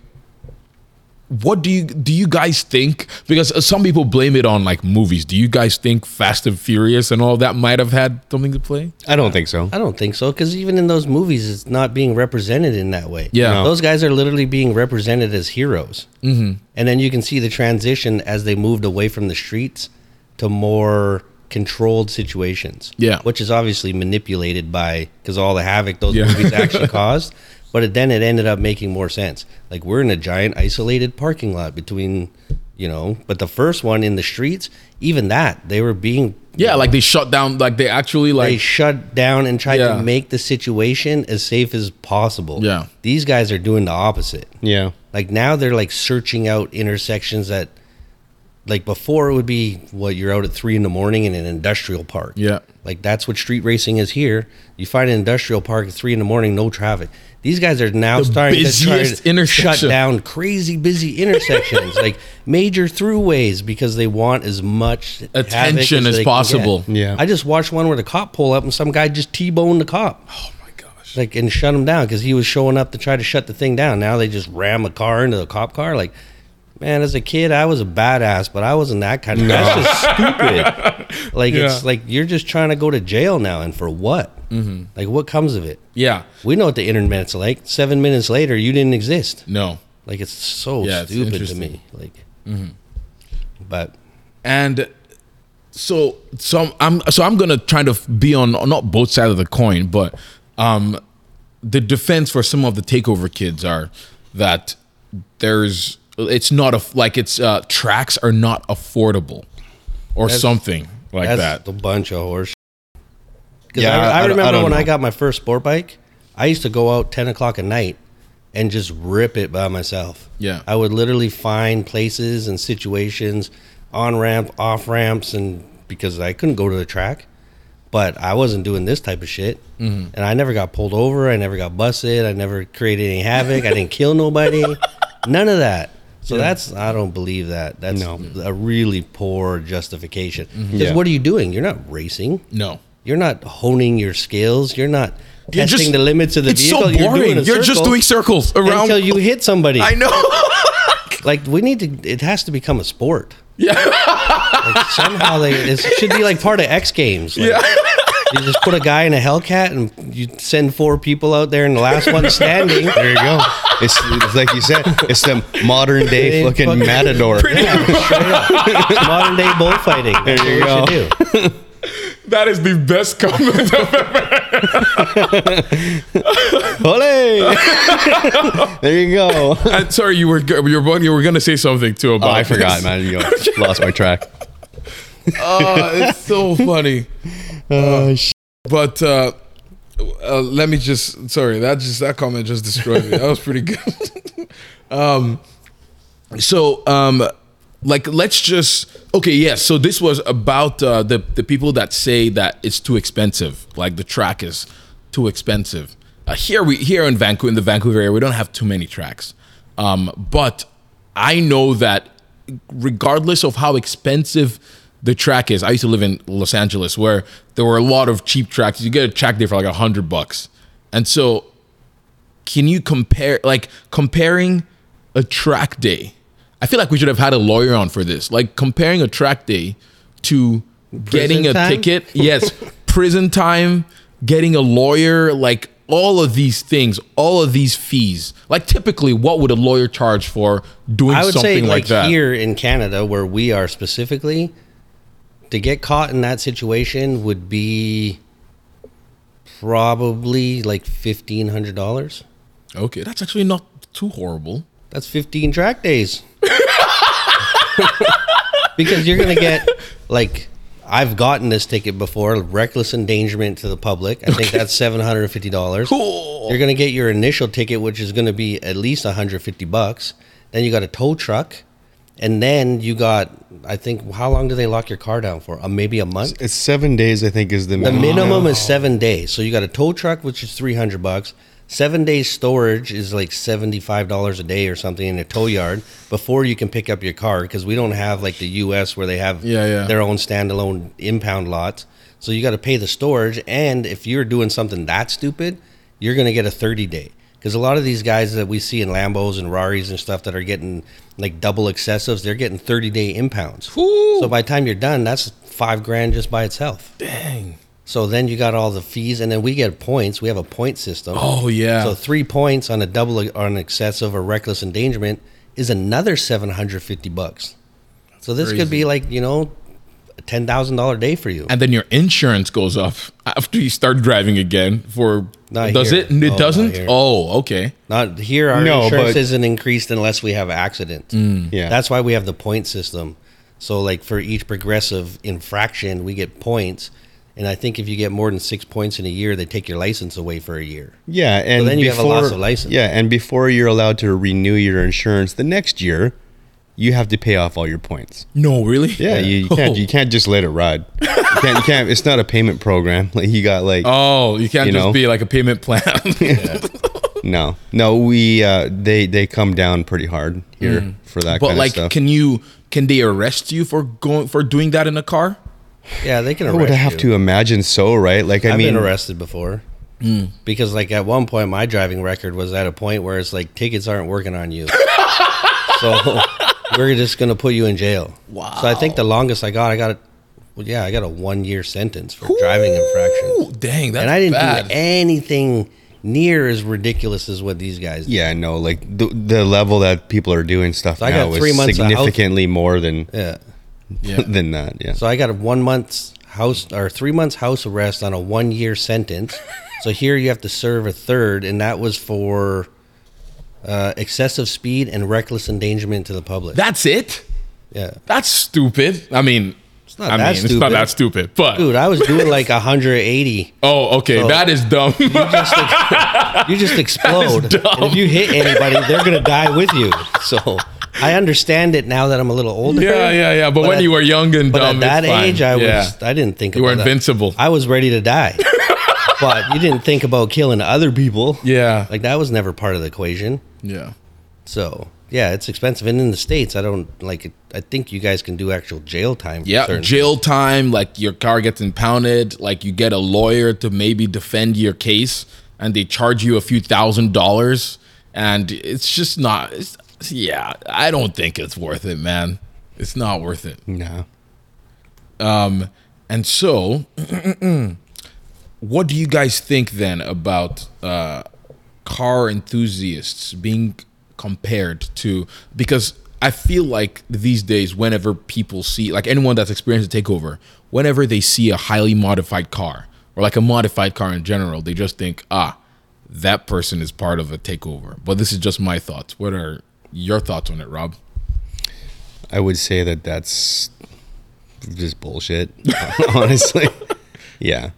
what do you do you guys think because uh, some people blame it on like movies. Do you guys think Fast and Furious and all that might have had something to play?
I don't think so.
I don't think so because even in those movies, it's not being represented in that way.
Yeah. No.
those guys are literally being represented as heroes, mm-hmm. and then you can see the transition as they moved away from the streets to more controlled situations.
Yeah.
which is obviously manipulated by because all the havoc those
Yeah.
movies actually caused. But it, then it ended up making more sense. Like we're in a giant isolated parking lot between, you know. But the first one in the streets, even that they were being
Yeah, like they shut down like they actually
they
like
shut down and tried
Yeah.
to make the situation as safe as possible.
Yeah.
These guys are doing the opposite.
Yeah.
Like now they're like searching out intersections that like before it would be what you're out at three in the morning in an industrial park.
Yeah.
Like that's what street racing is here. You find an industrial park at three in the morning, no traffic. These guys are now starting to, try
busiest
to shut
intersection.
down crazy busy intersections, like major throughways, because they want as much havoc
Attention as
they can get.
possible.
Yeah.
I just watched one where the cop pull up and some guy just t-boned the cop,
Oh my gosh.
like and shut him down because he was showing up to try to shut the thing down. Now they just ram a car into the cop car. Like, man, as a kid, I was a badass, but I wasn't that kind of. That's just stupid. Like it's
Yeah.
like you're just trying to go to jail now, and for what? Mm-hmm. Like what comes of it?
Yeah.
We know what the internet's like. Seven minutes later, you didn't exist.
No.
Like it's so
Yeah, it's
stupid to
interesting. Mm-hmm.
me. Like, but
and so so I'm so I'm gonna try to be on not both sides of the coin, but um, the defense for some of the takeover kids are that there's it's not a like it's uh, tracks are not affordable or something like
that's
that.
a bunch of horse. Because
Yeah,
I,
I- I
I
don't- I
remember
don't
when I
know.
got my first sport bike, I used to go out ten o'clock at night and just rip it by myself.
Yeah.
I would literally find places and situations, on ramp, off ramps, and because I couldn't go to the track, but I wasn't doing this type of shit,
Mm-hmm.
and I never got pulled over. I never got busted. I never created any havoc. I didn't kill nobody. None of that. So that's I don't believe that. That's
No.
a really poor justification. Because
Yeah.
what are you doing? You're not racing.
Mm-hmm. No,
You're not honing your skills. You're not
You're
testing
just-
the limits of the
it's
vehicle.
so boring.
a
You're, just
circle
doing circles around.
until you hit somebody.
I know.
Like we need to. It has to become a sport.
yeah,
Like somehow they it should be like part of X Games. Like, You just put a guy in a Hellcat and you send four people out there, and the last one standing.
There you go. It's, it's like you said. It's the modern
They
day fucking,
fucking-
matador.
Modern day bullfighting. That's
There you
what we
go.
should do.
that is the best comment.
Ole! there you go. Oh,
I'm sorry, you were you were you were gonna say something too about.
I
this.
forgot, man. You know, lost my track.
Oh, it's so funny. But uh, uh, let me just sorry that just that comment just destroyed me. That was pretty good. um, so um, like let's just okay yes. so this was about uh, the the people that say that it's too expensive. Like the track is too expensive. Uh, here we here in Vancouver in the Vancouver area we don't have too many tracks, um, but I know that regardless of how expensive the track is. I used to live in Los Angeles where there were a lot of cheap tracks. You get a track there for like a hundred bucks. And so can you compare like comparing a track day? I feel like we should have had a lawyer on for this. Like comparing a track day to getting a
time?
ticket. Yes. prison time, getting a lawyer, like all of these things, all of these fees. Like typically what would a lawyer charge for doing
I would
something
say,
like,
like,
that?
here in Canada, where we are specifically, to get caught in that situation would be probably like fifteen hundred dollars.
Okay, that's actually not too horrible.
That's fifteen track days. because you're gonna get like I've gotten this ticket before, reckless endangerment to the public. I think that's seven hundred and fifty dollars.
Cool.
You're gonna get your initial ticket, which is gonna be at least 150 bucks. Then you got a tow truck, and then you got I think how long do they lock your car down for? Uh, maybe a month.
It's seven days, I think, is the
The
minimum.
minimum is seven days. So you got a tow truck, which is 300 bucks. Seven days storage is like seventy five dollars a day or something in a tow yard before you can pick up your car because we don't have like the U.S. where they have
Yeah, yeah.
their own standalone impound lots. So you got to pay the storage, and if you're doing something that stupid, you're gonna get a thirty day because a lot of these guys that we see in Lambos and Raris and stuff that are getting like double excessives, they're getting thirty day impounds.
Whew.
So by the time you're done, that's five grand just by itself.
Dang.
So then you got all the fees, and then we get points. We have a point system.
Oh yeah.
So three points on a double on excessive or reckless endangerment is another seven hundred fifty bucks. So this could
crazy.
be like you know, a ten thousand dollar day for you.
and then your insurance goes up after you start driving again for
Not
does
here.
it it
Oh, not
doesn't
here.
oh okay
Not here. Our
No,
insurance
but- Mm,
isn't increased unless we have accidents.
Yeah.
That's why we have the point system. So like for each progressive infraction, we get points. And I think if you get more than six points in a year, they take your license away for a year.
Yeah, and
then you have a
before,
loss of license.
Yeah, and before you're allowed to renew your insurance the next year, you have to pay off all your points.
no really Oh.
Yeah, You, you can't you can't just let it ride. You can't, you can't. It's not a payment program. Like you got like
oh you can't
You
just
know?
be like a payment plan
no no we uh, they they come down pretty hard here
Mm.
for that.
but
kind
like
of stuff.
can you can they arrest you for going for doing that in a car
Yeah, they can.
I would
arrest
have
you.
to imagine so, right? Like I
I've
mean,
been arrested before. Because like at one point my driving record was at a point where it's like tickets aren't working on you. so we're just gonna put you in jail. Wow. So I think the longest I got, I got a well, yeah, I got a one year sentence for driving infractions.
Ooh, dang that's
And I didn't
bad.
do anything near as ridiculous as what these guys did.
yeah, no, like the the level that people are doing stuff
I
now
got
is
three months of house-
significantly more than
Yeah.
Yeah.
than that. Yeah.
So I got a one month's house or three months house arrest on a one year sentence. so here you have to serve a third, and that was for uh, excessive speed and reckless endangerment to the public.
that's it
yeah,
that's stupid i mean it's
not
I
that
mean, it's not
stupid.
that stupid but
dude, I was doing like 180.
oh okay that is dumb
You just explode. And if you hit anybody, they're gonna die with you. So I understand it now that I'm a little older.
yeah yeah yeah but, when
at-
you were young and
But
dumb
at that
it's fine.
age, I
Yeah.
was I didn't think
You were
about that.
invincible.
I was ready to die. but you didn't think about killing other people.
yeah
Like that was never part of the equation.
yeah
So yeah, it's expensive, and in the states, I don't like. it- I think you guys can do actual jail time. for
Yeah,
certain-
jail time, like your car gets impounded, like you get a lawyer to maybe defend your case and they charge you a few thousand dollars and it's just not it's, yeah, I don't think it's worth it, man. It's not worth it. Um,
no.
And so, what do you guys think then about uh, car enthusiasts being compared to? Because I feel like these days, whenever people see, like anyone that's experienced a takeover, whenever they see a highly modified car or like a modified car in general, they just think, ah, that person is part of a takeover. But this is just my thoughts. What are your thoughts on it, Rob?
I would say that that's just bullshit. honestly, yeah,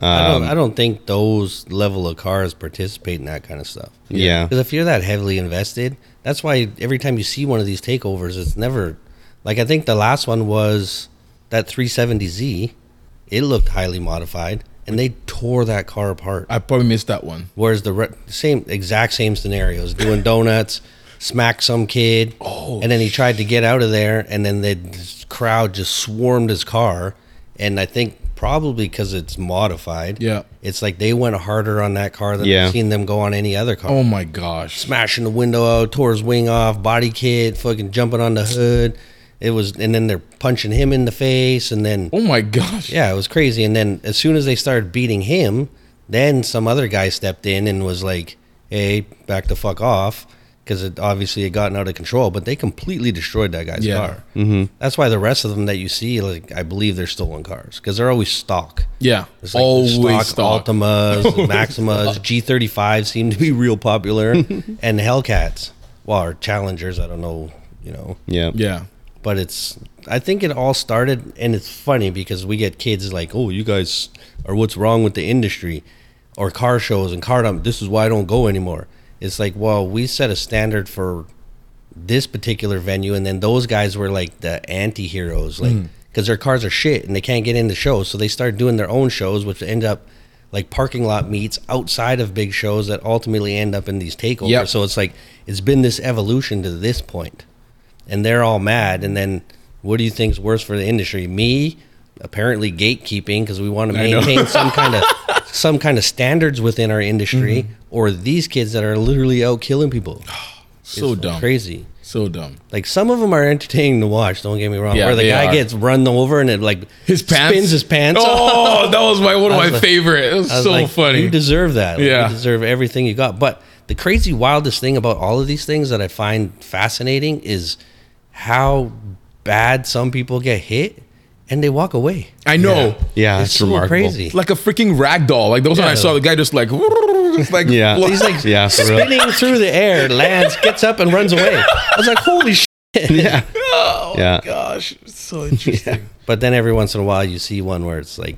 I don't, I don't think those level of cars participate in that kind of stuff.
yeah,
Because if you're that heavily invested, that's why every time you see one of these takeovers, it's never like I think the last one was that 370Z. It looked highly modified, and they tore that car apart.
I probably missed that one.
Whereas the re- same exact same scenarios, doing donuts, smack some kid,
Oh,
and then he tried to get out of there, and then the crowd just swarmed his car, and I think probably because it's modified,
Yeah.
it's like they went harder on that car than
Yeah.
I've seen them go on any other car.
Oh my gosh.
Smashing the window out, tore his wing off, body kid, fucking jumping on the hood. It was, and then they're punching him in the face, and then
Oh my gosh.
yeah, it was crazy. And then as soon as they started beating him, then some other guy stepped in and was like, "Hey, back the fuck off," because it obviously had gotten out of control. But they completely destroyed that guy's
Yeah.
car. Mm-hmm. That's why the rest of them that you see, like, I believe they're stolen cars because they're always stock.
Yeah.
It's like
Always stock.
stock, Altimas, Maximas, G35 seem to be real popular, and Hellcats, well, or Challengers. I don't know, you know
yeah,
Yeah.
but it's i think it all started and it's funny because we get kids like oh you guys are what's wrong with the industry or car shows and car dump this is why i don't go anymore it's like well we set a standard for this particular venue and then those guys were like the anti-heroes like because their cars are shit and they can't get in the show so they start doing their own shows which end up like parking lot meets outside of big shows that ultimately end up in these takeovers.
Yep.
So it's like it's been this evolution to this point, and they're all mad. And then what do you think's worse for the industry? Me, apparently gatekeeping because we want to
I know.
maintain some kind of some kind of standards within our industry,
Mm-hmm.
or these kids that are literally out killing people.
Oh, So
It's
dumb.
crazy.
So dumb.
Like some of them are entertaining to watch. Don't get me wrong.
Yeah,
Where the
they
guy
are.
gets run over and it like
His pants.
spins his pants. off.
Oh, that was my one of
I
my
was like-
favorite. It was,
I was
so
like,
funny.
You deserve that. Like,
Yeah.
You deserve everything you got. But the crazy wildest thing about all of these things that I find fascinating is how bad some people get hit and they walk away.
I know.
Yeah,
It's
it's
so
remarkable.
crazy.
Like a freaking rag doll. Like the one I
Yeah.
saw, the guy just like, just like
Yeah,
what?
He's like
yeah, for real.
spinning through the air, lands, gets up and runs away. I was like, holy shit.
Yeah,
oh
Yeah.
gosh, it's so interesting.
But then every once in a while you see one where it's like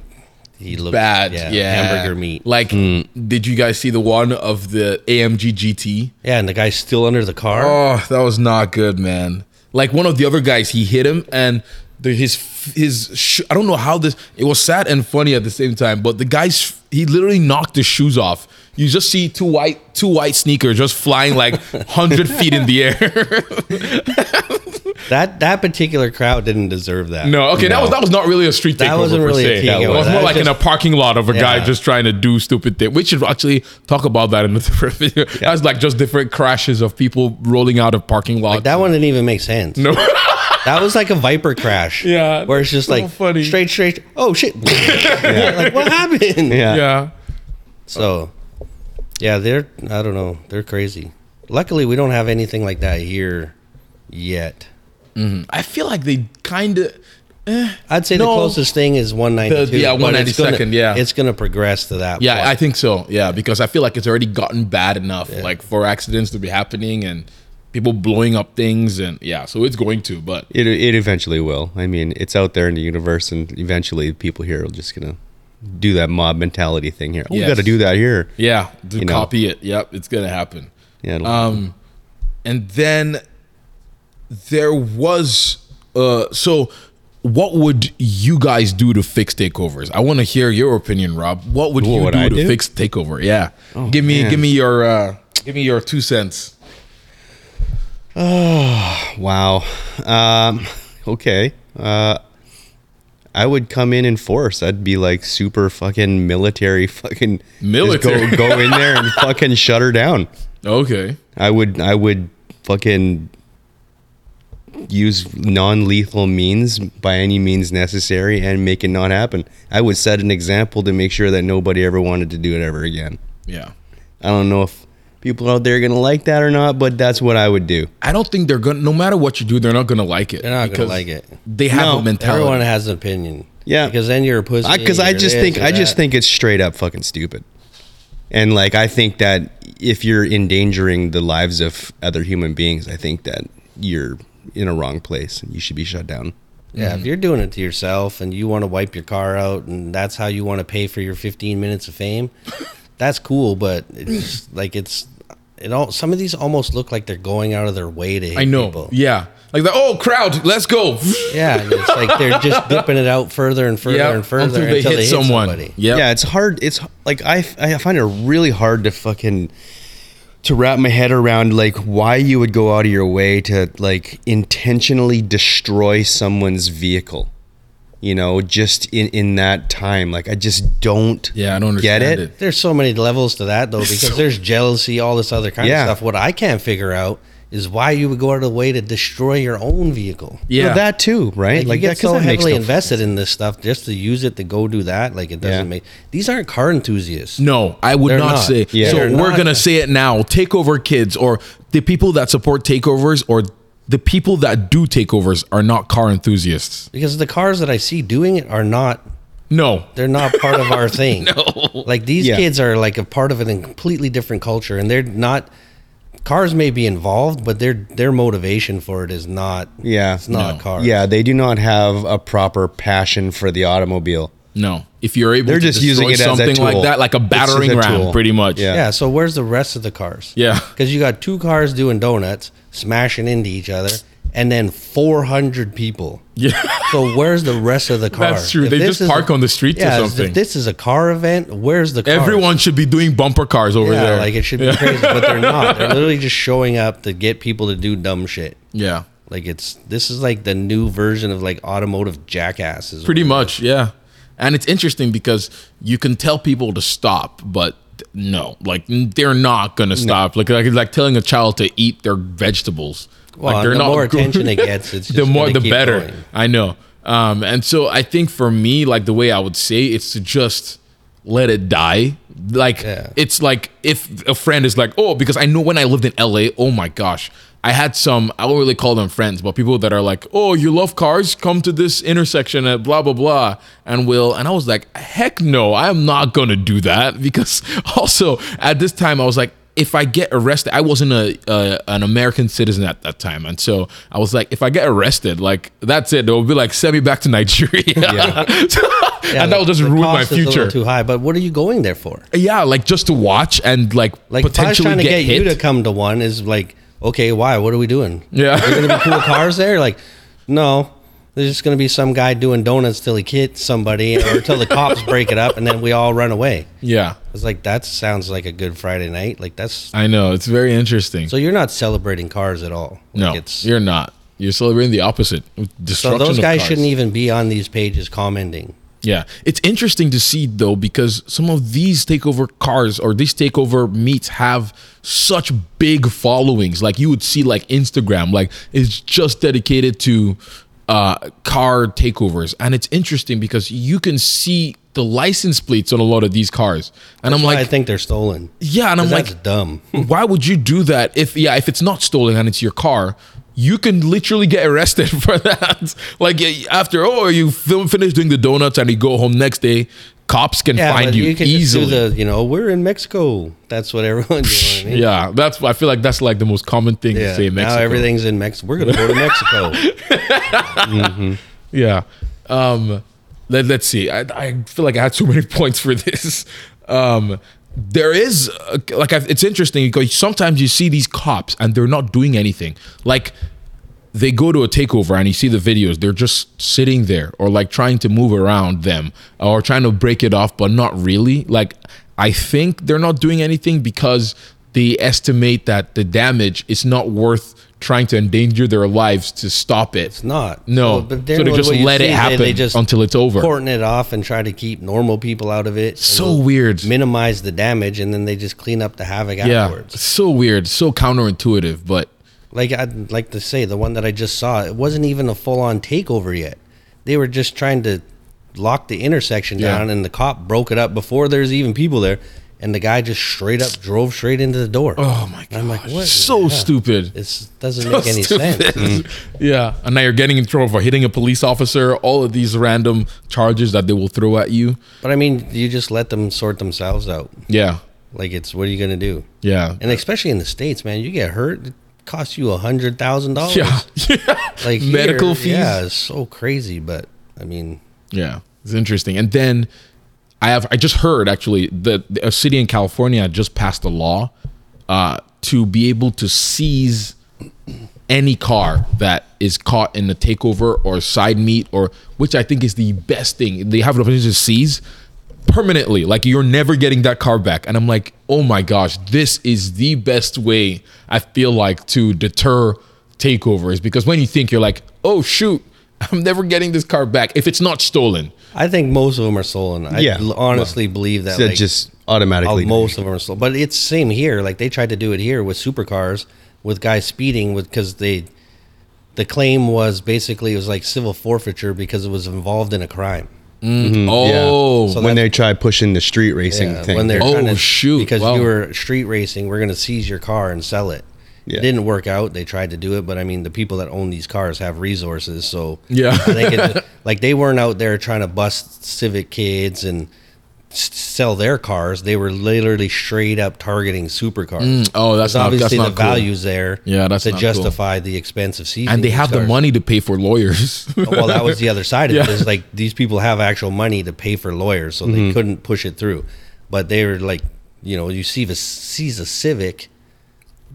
he looks
Bad, yeah,
Hamburger meat. Mm.
Like, did you guys see the one of the AMG GT?
Yeah, and the guy's still under the car.
Oh, that was not good, man. Like one of the other guys, he hit him, and the, his his sh- I don't know how this. It was sad and funny at the same time. But the guy's he literally knocked his shoes off. You just see two white two white sneakers just flying like hundred feet in the air.
That that particular crowd didn't deserve that.
no, okay, that was that was not really a street takeover.
That wasn't
per
really a
se.
takeover.
It was more
That
like in a
just-
parking lot of a guy
Yeah.
just trying to do stupid thing. We should actually talk about that in a different video. That's like just different crashes of people rolling out of parking lots.
That one didn't even make sense.
No.
That was like a viper crash.
Yeah,
Where it's just
so
like
funny.
straight, straight. Oh shit. Like what happened?
yeah,
yeah.
So yeah, they're I don't know, they're crazy. Luckily we don't have anything like that here yet.
I feel like they eh. kind of.
I'd say
No.
the closest thing is 192.
The- yeah,
but it's gonna-
192nd, yeah.
It's going to progress to that.
Yeah, I
point.
think so. Yeah, because I feel like it's already gotten bad enough, like for accidents to be happening and people blowing up things, and yeah, so it's going to. But
It it eventually will. I mean, it's out there in the universe, and eventually people here are just gonna do that mob mentality thing here. Oh,
Yes.
We got to do that here.
yeah, to
You know.
copy it. Yep, it's gonna happen.
Yeah, it'll-
Um, and then there was uh, so what would you guys do to fix takeovers? I want to hear your opinion, Rob. What would
What
you
would
do Oh,
I
to
do?
fix takeover? Yeah, give me
man.
give me your uh, give me your two cents.
Wow. Um, okay. Uh, I would come in in force. I'd be like super fucking military, fucking just
Military.
Go, go in there and fucking shut her down.
Okay.
I would. I would fucking use non-lethal means by any means necessary and make it not happen. I would set an example to make sure that nobody ever wanted to do it ever again.
Yeah.
I don't know if people out there are gonna like that or not, but that's what I would do.
I don't think they're gonna. No matter what you do, they're not gonna like it.
They're not gonna
because
like it.
They have
No,
a mentality.
everyone has an opinion.
Yeah.
Because then you're a pussy.
because I,
you're
just
this,
think
you're
I just
that.
think it's straight up fucking stupid, and like I think that if you're endangering the lives of other human beings, I think that you're in a wrong place and you should be shut down.
Yeah,
Mm-hmm.
if you're doing it to yourself and you want to wipe your car out and that's how you want to pay for your 15 minutes of fame, that's cool. But it's like it's it all. Some of these almost look like they're going out of their way to. Hit
I know.
People.
Yeah. Like the oh crowd, let's go.
Yeah, and it's like they're just dipping it out further and further
Yeah.
and further
Until they hit someone.
somebody.
Yep.
Yeah, it's hard. It's like I I find it really hard to fucking to wrap my head around like why you would go out of your way to like intentionally destroy someone's vehicle. You know, just in in that time, like I just don't.
Yeah, I don't
Get
understand
it?
it.
There's so many levels to that though, because
So-
there's jealousy, all this other kind
Yeah.
of stuff. What I can't figure out is why you would go out of the way to destroy your own vehicle.
Yeah.
Well, that too, right?
Like, you get
that- 'cause
so
that makes
heavily
no-
invested in this stuff just to use it to go do that. Like it doesn't
Yeah.
make these aren't car enthusiasts.
No, I would
They're
not,
not.
say.
Yeah.
So
They're
we're
not.
gonna say it now. Takeover kids or the people that support takeovers or the people that do takeovers are not car enthusiasts.
Because the cars that I see doing it are not
No.
they're not part of our thing. no. Like these
Yeah.
kids are like a part of a completely different culture and they're not cars may be involved, but their their motivation for it is not
Yeah.
it's not cars.
Yeah, they do not have a proper passion for the automobile.
No. If you're able
They're
to
just using
destroy
it as a
something like
tool.
that, like a
It's just a
battering ram,
tool.
pretty much.
Yeah.
Yeah, so where's the rest of the cars?
Yeah.
Because you got two cars doing donuts, smashing into each other, and then 400 people.
Yeah.
So where's the rest of the car?
That's true. They
this
just
is
park on the streets or
yeah,
something.
If this is a car event, where's the car?
Everyone should be doing bumper cars over
yeah,
there.
like it should be crazy, but they're not. They're literally just showing up to get people to do dumb shit.
yeah.
Like it's this is like the new version of like automotive jackasses.
Pretty much, yeah. And it's interesting because you can tell people to stop, but th- no, like n- they're not gonna stop. Like like it's like telling a child to eat their vegetables.
Well,
like
the more attention it gets, it's
the
just
more the
gonna keep
better.
going.
I know. Um, and so I think for me, like the way I would say it's to just let it die. Like
Yeah.
it's like if a friend is like, oh, because I know when I lived in LA, oh my gosh, I had some. I won't really call them friends, but people that are like, oh, you love cars, come to this intersection at blah blah blah, and will. And I was like, heck no, I am not gonna do that because also at this time I was like, if I get arrested, I wasn't a, a an American citizen at that time, and so I was like, if I get arrested, like that's it. They'll be like, send me back to Nigeria,
Yeah,
and
the-
that will just
the
ruin my
cost is a little
future.
Too high, but what are you going there for?
yeah, like just to watch and like,
Like if I was
potentially
trying to
get,
get,
hit.
you to come to one is like, okay, why? What are we doing?
Yeah.
Are there gonna be cool cars there? Like, no. There's just gonna be some guy doing donuts till he hits somebody or till the cops break it up and then we all run away.
yeah,
It's like that sounds like a good Friday night. Like that's
I know it's very interesting.
so you're not celebrating cars at all. Like
no,
it's
you're not. You're celebrating the opposite. with
so
Destruction
those
of
guys
cars.
shouldn't e- even be on these pages commenting.
Yeah, it's interesting to see though because some of these takeover cars or these takeover meets have such big followings. Like you would see like Instagram, like it's just dedicated to uh, car takeovers, and it's interesting because you can see the license plates on a lot of these cars, and I'm
I
like,
think they're stolen.
yeah, and I'm
'Cause
like,
that's dumb.
why would you do that if yeah if it's not stolen and it's your car you can literally get arrested for that like y- after oh you film finish doing the donuts and you go home next day cops can find
but
you,
can just
easily
do the you know we're in Mexico. That's what everyone. You know what I mean?
yeah that's i feel like that's like the most common thing to say in mexico
Now everything's in Mexico. We're gonna go to Mexico.
yeah um let, let's see I, I feel like i had so many points for this um there is uh, like i it's interesting because sometimes you see these cops and they're not doing anything like they go to a takeover and you see the videos they're just sitting there or like trying to move around them or trying to break it off but not really like i think they're not doing anything because they estimate that the damage is not worth trying to endanger their lives to stop it
It's not.
no.
then
So they
what-
just
what you
let it
see,
happen until it's over.
Cordon it off and try to keep normal people out of it. and
So
they'll
weird.
Minimize the damage, and then they just clean up the havoc
yeah.
afterwards.
So weird. So counterintuitive, but
Like I'd like to say, the one that I just saw, it wasn't even a full-on takeover yet. They were just trying to lock the intersection
Yeah.
down, and the cop broke it up before there's even people there, and the guy just straight up drove straight into the door.
oh my god.
And I'm like, what?
So stupid.
This doesn't make any
Stupid.
sense. Mm.
Yeah. And now you're getting in trouble for hitting a police officer, all of these random charges that they will throw at you.
But I mean, you just let them sort themselves out.
Yeah.
Like it's what are you gonna do?
Yeah.
And especially in the states, man, you get hurt, it costs you a hundred thousand dollars.
yeah.
like
Medical fees?
Yeah, it's so crazy. But I mean,
Yeah, it's interesting. And then I have I just heard actually that a city in California just passed a law uh, to be able to seize any car that is caught in a takeover or side meet or which I think is the best thing. They have an opportunity to seize permanently. Like you're never getting that car back. And I'm like, oh my gosh, this is the best way I feel like to deter takeovers because when you think you're like, oh shoot, I'm never getting this car back if it's not stolen.
I think most of them are stolen. I
Yeah,
l- honestly believe that.
that
like,
just
uh,
automatically.
most of them are stolen. But it's same here. Like they tried to do it here with supercars, with guys speeding, with because they, the claim was basically it was like civil forfeiture because it was involved in a crime.
Oh,
Hmm, So
when they try pushing the street racing
Yeah,
thing,
when they're
Oh,
trying to,
shoot,
because
wow.
you were street racing we're going to seize your car and sell it
Yeah.
it didn't work out they tried to do it but i mean the people that own these cars have resources so
Yeah.
I think it, like they weren't out there trying to bust civic kids and s- sell their cars they were literally straight up targeting supercars
oh, that's not
Because
that's
obviously
not
the
cool.
values there
Yeah, that's
to
not cool.
justify the expensive season
And they have the money to pay for lawyers.
well, that was the other side of
Yeah.
it. Is like these people have actual money to pay for lawyers, so
Mm-hmm.
they couldn't push it through. But they were like, you know, you see the seize a civic,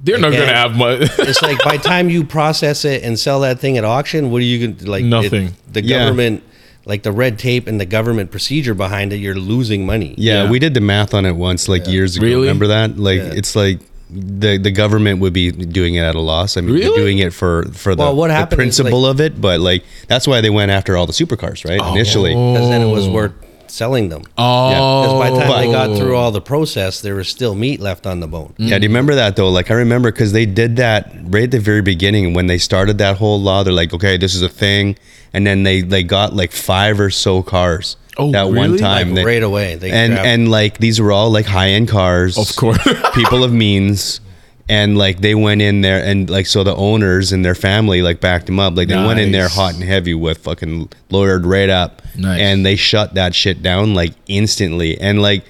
They're not
Again,
gonna have much.
it's like by the time you process it and sell that thing at auction, what are you gonna like? it-
Nothing.
the
Yeah.
government, like the red tape and the government procedure behind it, you're losing money.
Yeah,
Yeah.
we did the math on it once, like years ago.
Really?
Remember that? Like
Yeah.
it's like the the government would be doing it at a loss. I mean, they're
Really?
doing it for for the,
Well, what
the
happened is,
principle of it, but like that's why they went after all the supercars, right?
Oh.
Initially,
because then it was worth selling them. Because
Oh,
by the time they got through all the process, there was still meat left on the bone.
Yeah, do you remember that though? Like I remember because they did that right at the very beginning when they started that whole law. They're like, okay, this is a thing, and then they they got like five or so cars
Oh,
that one
really?
time. They-
right away, they
and
grabbed-
and like these were all like high end cars,
Of course.
people of means. And like they went in there, and like so the owners and their family like backed them up. Like they went in there
Nice.
hot and heavy with fucking lawyered right up,
Nice.
and they shut that shit down like instantly. And like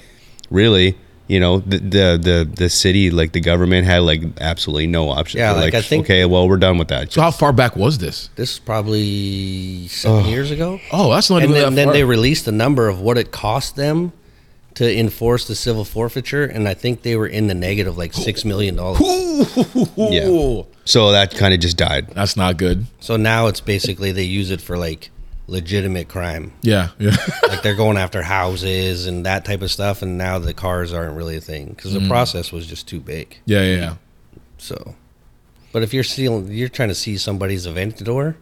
really, you know, the the the, the city like the government had like absolutely no option.
Yeah,
They're
like, I think-
okay, well we're done with that.
So how far back was this?
This is probably seven years ago.
Oh, that's not
and
even
then,
that
then
far.
they released the number of what it cost them to enforce the civil forfeiture, and I think they were in the negative, like six million dollars.
yeah. So that kind of just died.
That's not good.
So now it's basically they use it for like legitimate crime,
Yeah, yeah.
like they're going after houses and that type of stuff, and now the cars aren't really a thing because the process was just too big.
yeah, yeah, yeah.
So, but if you're stealing, you're trying to see somebody's Aventador,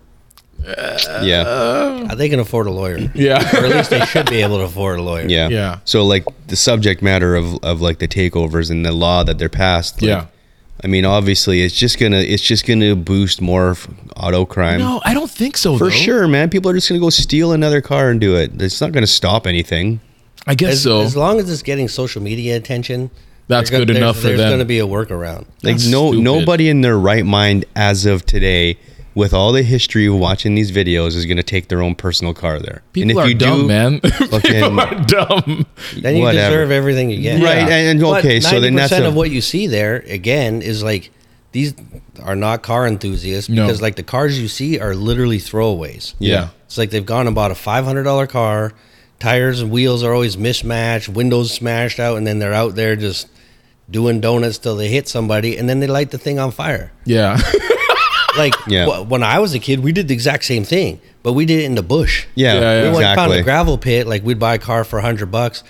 Uh,
yeah.
they can afford a lawyer.
Yeah.
or at least they should be able to afford a lawyer.
Yeah.
Yeah.
So like the subject matter of of like the takeovers and the law that they're passed. like,
Yeah.
I mean, obviously, it's just gonna it's just gonna boost more f- auto crime
No, I don't think so.
for
though.
sure, man. People are just gonna go steal another car and do it. It's not gonna stop anything.
I guess
As,
so.
as long as it's getting social media attention,
That's
they're go-
good
there's-
enough for
There's
them.
going to be a workaround.
Like
That's
no
stupid.
nobody in their right mind as of today. With all the history of watching these videos, is going to take their own personal car there.
People are dumb, man. People
fucking-
are dumb.
Then you
Whatever.
deserve everything you get,
Right, and- and
But
okay, so then that's
90%
a-
of what you see there again is like these are not car enthusiasts
No.
because like the cars you see are literally throwaways.
Yeah.
It's like they've gone and bought a five hundred dollar car. Tires and wheels are always mismatched, windows smashed out, and then they're out there just doing donuts till they hit somebody, and then they light the thing on fire.
Yeah.
Like
Yeah.
wh- when I was a kid, we did the exact same thing, but we did it in the bush.
Yeah,
Yeah, yeah.
we went and found
exactly.
a gravel pit. Like we'd buy a car for a hundred bucks,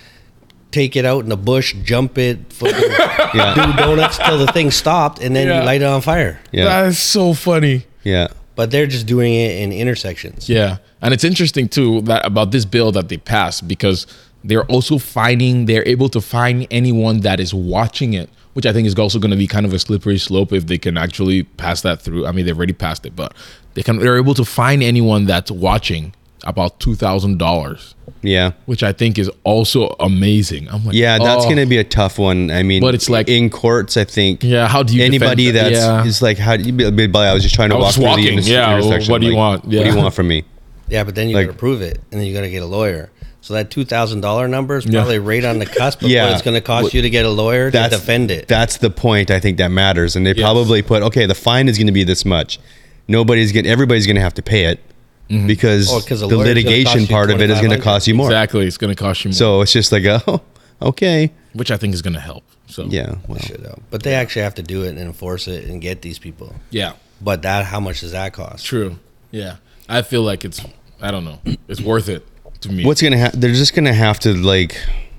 take it out in the bush, jump it, fucking do donuts till the thing stopped, and then
Yeah.
you light it on fire.
yeah,
That is so funny.
yeah.
But they're just doing it in intersections.
Yeah, and it's interesting too that about this bill that they passed because they're also finding they're able to find anyone that is watching it, which I think is also going to be kind of a slippery slope if they can actually pass that through. I mean, they've already passed it, but they can they're able to find anyone that's watching about two thousand dollars,
yeah.
which I think is also amazing. I'm like,
Yeah, that's
oh,
going to be a tough one. I mean,
But it's like-
in courts, I think.
Yeah, how do you defend
anybody
that?
that's
Yeah.
it's like how do you? be- but I was just trying to
I was
walk
just
through
walking,
the inter-
yeah, well,
intersection.
what do you want?
What do
Yeah.
you want from me?
Yeah, but then you
Like-
got to prove it, and then you got to get a lawyer. So that two thousand dollar number is
Yeah.
probably right on the cusp of
Yeah.
what it's going to cost you to get a lawyer to defend it.
That's the point. I think that matters, and they probably put okay. The fine is going to be this much. Nobody's going. to Everybody's going to have to pay it because
Oh, 'cause a
the
lawyer's gonna cost
litigation
you
part of it is going to
2,500.
cost you more.
Mm-hmm. exactly. It's going to cost you more,
So it's just like oh, okay,
which I think is going to help. So
yeah, well,
Shit out. But they actually have to do it and enforce it and get these people.
yeah,
But that, how much does that cost?
true. Yeah, I feel like it's I don't know, it's worth it to me.
what's going to happen? They're just going to have to like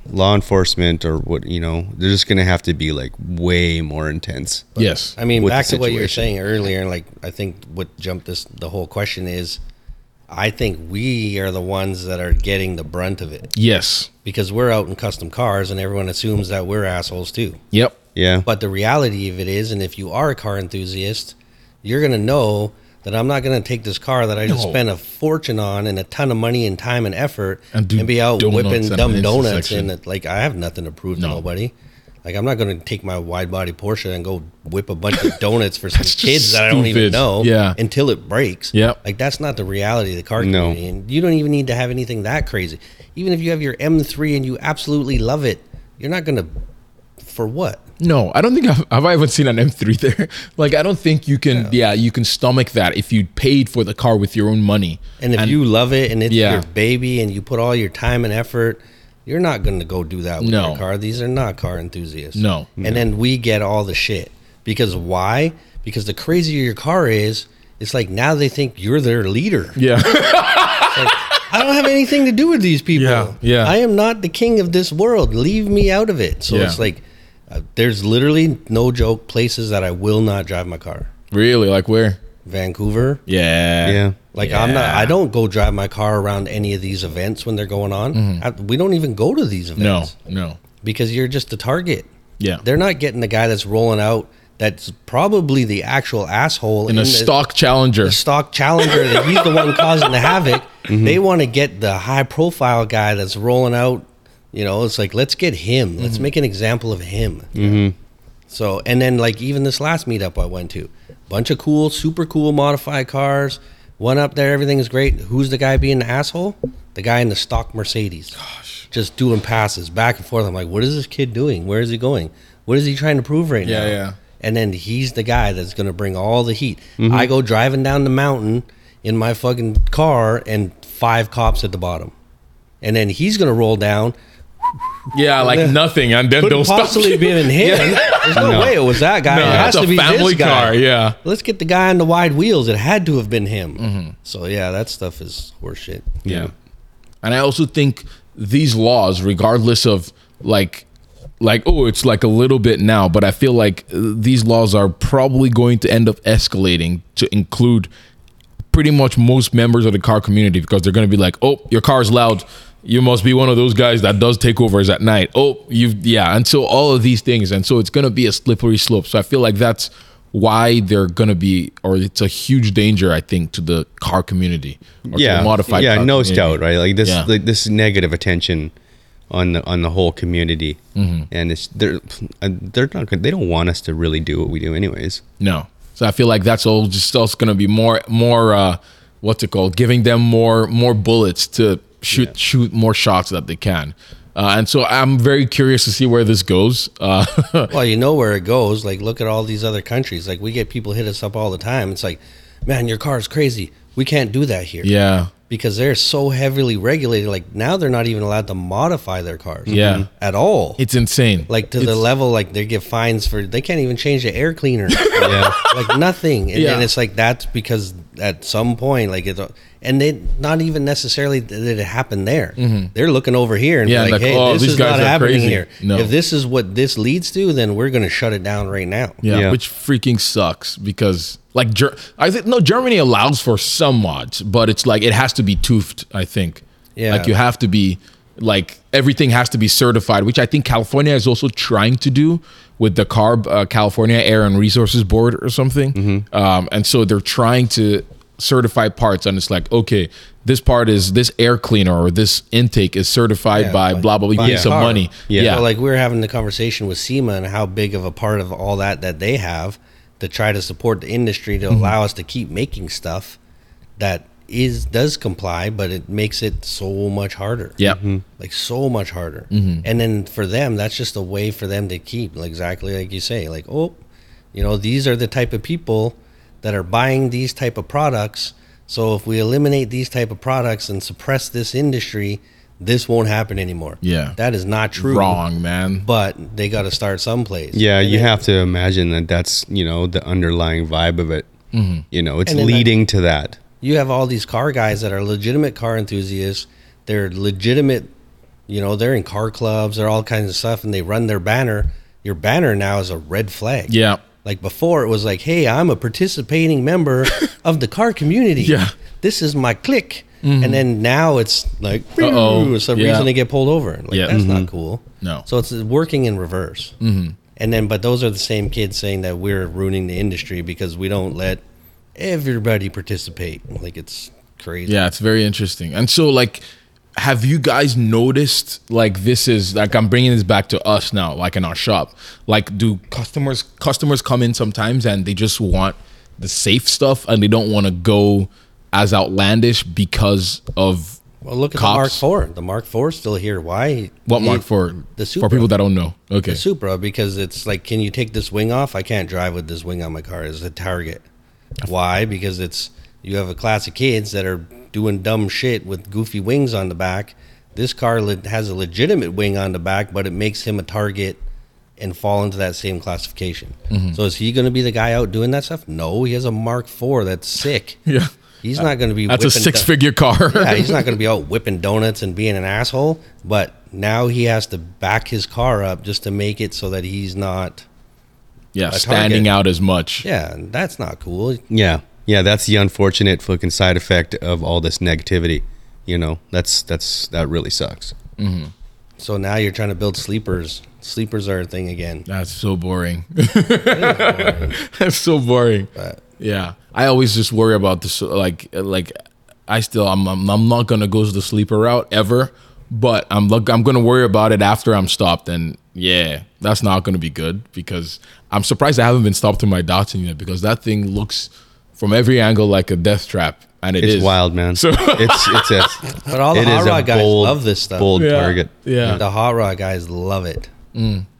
law enforcement or what you know. They're just going to have to be like way more intense.
yes?
I mean,
with
back
the
to what you were
situation.
saying earlier, and like I think what jumped this the whole question is, I think we are the ones that are getting the brunt of it
Yes.
because we're out in custom cars, and everyone assumes that we're assholes too.
Yep.
Yeah.
But the reality of it is, and if you are a car enthusiast, you're gonna know that I'm not gonna take this car that I just
No.
spent a fortune on and a ton of money and time and effort
And
and,
do
be out
donuts
whipping
at an
dumb donuts
intersection.
and it, like I have nothing to prove to
No.
nobody. Like I'm not gonna take my wide body Porsche and go whip a bunch of donuts for some
That's just
kids that I don't even
stupid.
know
Yeah.
until it breaks.
Yep.
Like that's not the reality of the car
No.
community. And you don't even need to have anything that crazy. Even if you have your M3 and you absolutely love it, you're not gonna for what?
No, I don't think I've, have I even seen an M3 there. like I don't think you can. Yeah. you can stomach that if you paid for the car with your own money.
And if you love it and it's
Yeah.
your baby and you put all your time and effort, you're not going to go do that with
No.
your car. These are not car enthusiasts.
No.
And then we get all the shit. Because why? Because the crazier your car is, it's like now they think you're their leader.
Yeah.
I don't have anything to do with these people.
Yeah, yeah.
I am not the king of this world. Leave me out of it. So
Yeah.
it's like, uh, there's literally no joke places that I will not drive my car.
really? Like where?
Vancouver.
Yeah.
Yeah.
Like I'm not. I don't go drive my car around any of these events when they're going on. I, we don't even go to these
Mm-hmm. No.
events
No.
because you're just the target.
Yeah.
They're not getting the guy that's rolling out. That's probably the actual asshole
in a
the-
stock challenger.
the stock challenger that he's the one causing the havoc.
Mm-hmm.
They want to get the high profile guy that's rolling out. You know, it's like let's get him.
Mm-hmm.
Let's make an example of him. So, and then like even this last meetup I went to, bunch of cool, super cool modified cars. One up there, everything is great. Who's the guy being the asshole? The guy in the stock Mercedes. Gosh. Just doing passes back and forth. I'm like, what is this kid doing? Where is he going? What is he trying to prove right
Yeah,
now?
yeah.
And then he's the guy that's going to bring all the heat. I go driving down the mountain in my fucking car and five cops at the bottom. And then he's going to roll down.
yeah, like
Yeah.
nothing. And then
Couldn't
they'll stop
possibly
you.
be in him. There's no,
No.
way it was that guy.
No,
it has
that's
to
a
be
family
this guy.
car. Yeah.
Let's get the guy on the wide wheels. It had to have been him. So yeah, that stuff is horseshit.
Mm-hmm. Yeah. And I also think these laws, regardless of like, like, oh, it's like a little bit now, but I feel like uh, these laws are probably going to end up escalating to include pretty much most members of the car community because they're going to be like, oh, your car's loud. You must be one of those guys that does takeovers at night. Oh, you, yeah. And so all of these things. And so it's going to be a slippery slope. So I feel like that's why they're going to be, or it's a huge danger, I think, to the car community. Or To
yeah,
the modified
yeah,
car
no
community.
doubt, right? Like this,
Yeah.
like this negative attention on the on the whole community,
Mm-hmm.
and it's they're uh, they're not good. They don't want us to really do what we do, anyways.
No. So I feel like that's all just also going to be more more uh what's it called? Giving them more more bullets to shoot shoot more shots that they can. Uh, and so I'm very curious to see where this goes. Uh,
Well, you know where it goes. Like look at all these other countries. Like we get people hit us up all the time. It's like, man, your car's crazy. We can't do that here
yeah.
because they're so heavily regulated. Like now they're not even allowed to modify their cars.
Yeah.
at all.
It's insane.
like to the level like they get fines for they can't even change the air cleaner
Yeah.
like nothing and,
Yeah.
and it's like that's because at some point like it's and they not even necessarily th- that it happened there they're looking over here and be
Mm-hmm. Yeah, like,
like, hey
oh,
this
these
is
guys
not
are
happening
crazy.
here
No.
if this is what this leads to then we're going to shut it down right now
Yeah,
Yeah.
which freaking sucks because like Ger- I think no Germany allows for some mods, but it's like it has to be toofed. I think.
Yeah.
Like you have to be like everything has to be certified, which I think California is also trying to do with the CARB, uh, California Air and Resources Board or something.
Mm-hmm.
Um, and so they're trying to certify parts, and it's like okay. This part is this air cleaner or this intake is certified
Yeah,
by
like
blah blah. blah.
by
You pay some
car.
money.
Yeah.
yeah.
So like we were having the conversation with SEMA and how big of a part of all that that they have to try to support the industry
Mm-hmm.
to allow us to keep making stuff that is does comply, but it makes it so much harder.
Yeah.
like so much harder.
Mm-hmm.
And then for them, that's just a way for them to keep like, exactly like you say, like oh, you know, these are the type of people that are buying these type of products. So if we eliminate these type of products and suppress this industry, this won't happen anymore.
Yeah.
that is not true.
Wrong, man.
But they got to start someplace.
Yeah,
And
you
then-
have to imagine that that's you know the underlying vibe of it.
Mm-hmm.
You know, it's
And then that-
leading to that.
You have all these car guys that are legitimate car enthusiasts. They're legitimate. You know, they're in car clubs. They're all kinds of stuff, and they run their banner. Your banner now is a red flag.
Yeah.
Like before, it was like, hey, I'm a participating member of the car community.
Yeah. Mm-hmm.
This is my clique. And then now it's like,
Uh-oh.
it's a
Yeah.
reason to get pulled over. Like,
Yeah. Mm-hmm.
that's not cool.
No.
So it's working in reverse. Mm-hmm. And then, but those are the same kids saying that we're ruining the industry because we don't let everybody participate. Like, it's crazy.
Yeah, it's very interesting. And so, like, have you guys noticed? Like, this is like I'm bringing this back to us now, like in our shop. Like, do customers customers come in sometimes and they just want the safe stuff and they don't want to go as outlandish because of
Well, look at
Cops.
the Mark IV. The Mark IV is still here. Why?
what
He-
Mark for
The
for
Supra.
people that don't know. Okay,
Supra because it's like, can you take this wing off? I can't drive with this wing on my car. It's a target. Why? Because it's you have a class of kids that are doing dumb shit with goofy wings on the back. This car le- has a legitimate wing on the back, but it makes him a target and fall into that same classification.
Mm-hmm.
So is he going to be the guy out doing that stuff? No, he has a Mark IV that's sick.
Yeah.
He's not going to be
Uh, That's a
whipping
six
do-
figure car.
yeah, he's not going to be out whipping donuts and being an asshole, but now he has to back his car up just to make it so that he's not
yeah,
target.
standing out as much.
Yeah, and that's not cool.
Yeah, yeah, that's the unfortunate fucking side effect of all this negativity. You know, that's that's that really sucks.
So now you're trying to build sleepers. Sleepers are a thing again.
That's so boring. That's so boring.
But
Yeah, I always just worry about this. Like, like I still, I'm, I'm, I'm not gonna go to the sleeper route ever. But I'm look, I'm gonna worry about it after I'm stopped, and yeah, that's not gonna be good because I'm surprised I haven't been stopped in my Datsun yet because that thing looks from every angle like a death trap, and it
It's
is.
wild, man.
So-
it's it's a
but all the
it
hot
is a
rod guys
bold,
love this stuff.
bold
Yeah,
target.
Yeah, Mm.
The hot rod guys love it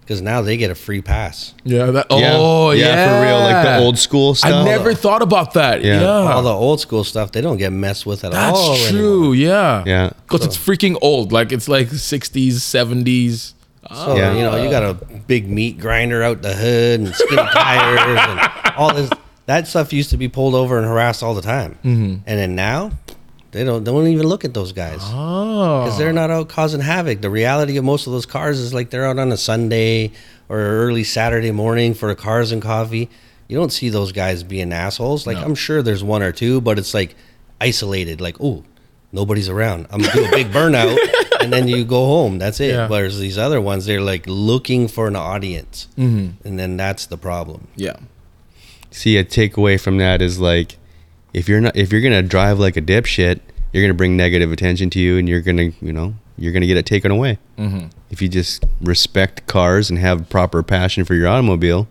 because now they get a free pass.
yeah. That, oh yeah,
for real, like the old school stuff.
I never thought about that. Yeah,
Yeah.
All the old school stuff they don't get messed with at
that's
all. anymore.
true. Yeah,
Yeah.
because it's freaking old. Like it's like 60s, 70s.
So
Yeah.
you know you got a big meat grinder out the hood and skinny tires and all this. That stuff used to be pulled over and harassed all the time, and then now they don't they don't even look at those guys.
Oh,
because they're not out causing havoc. The reality of most of those cars is like they're out on a Sunday or early Saturday morning for a cars and coffee. You don't see those guys being assholes. Like I'm sure there's one or two, but it's like isolated. Like oh, nobody's around. I'm gonna do a big burnout, and then you go home. That's it.
Yeah.
But Whereas these other ones, they're like looking for an audience,
Mm-hmm.
and then that's the problem.
yeah.
See, a takeaway from that is like, if you're not if you're gonna drive like a dipshit, you're gonna bring negative attention to you, and you're gonna you know you're gonna get it taken away. Mm-hmm. If you just respect cars and have proper passion for your automobile,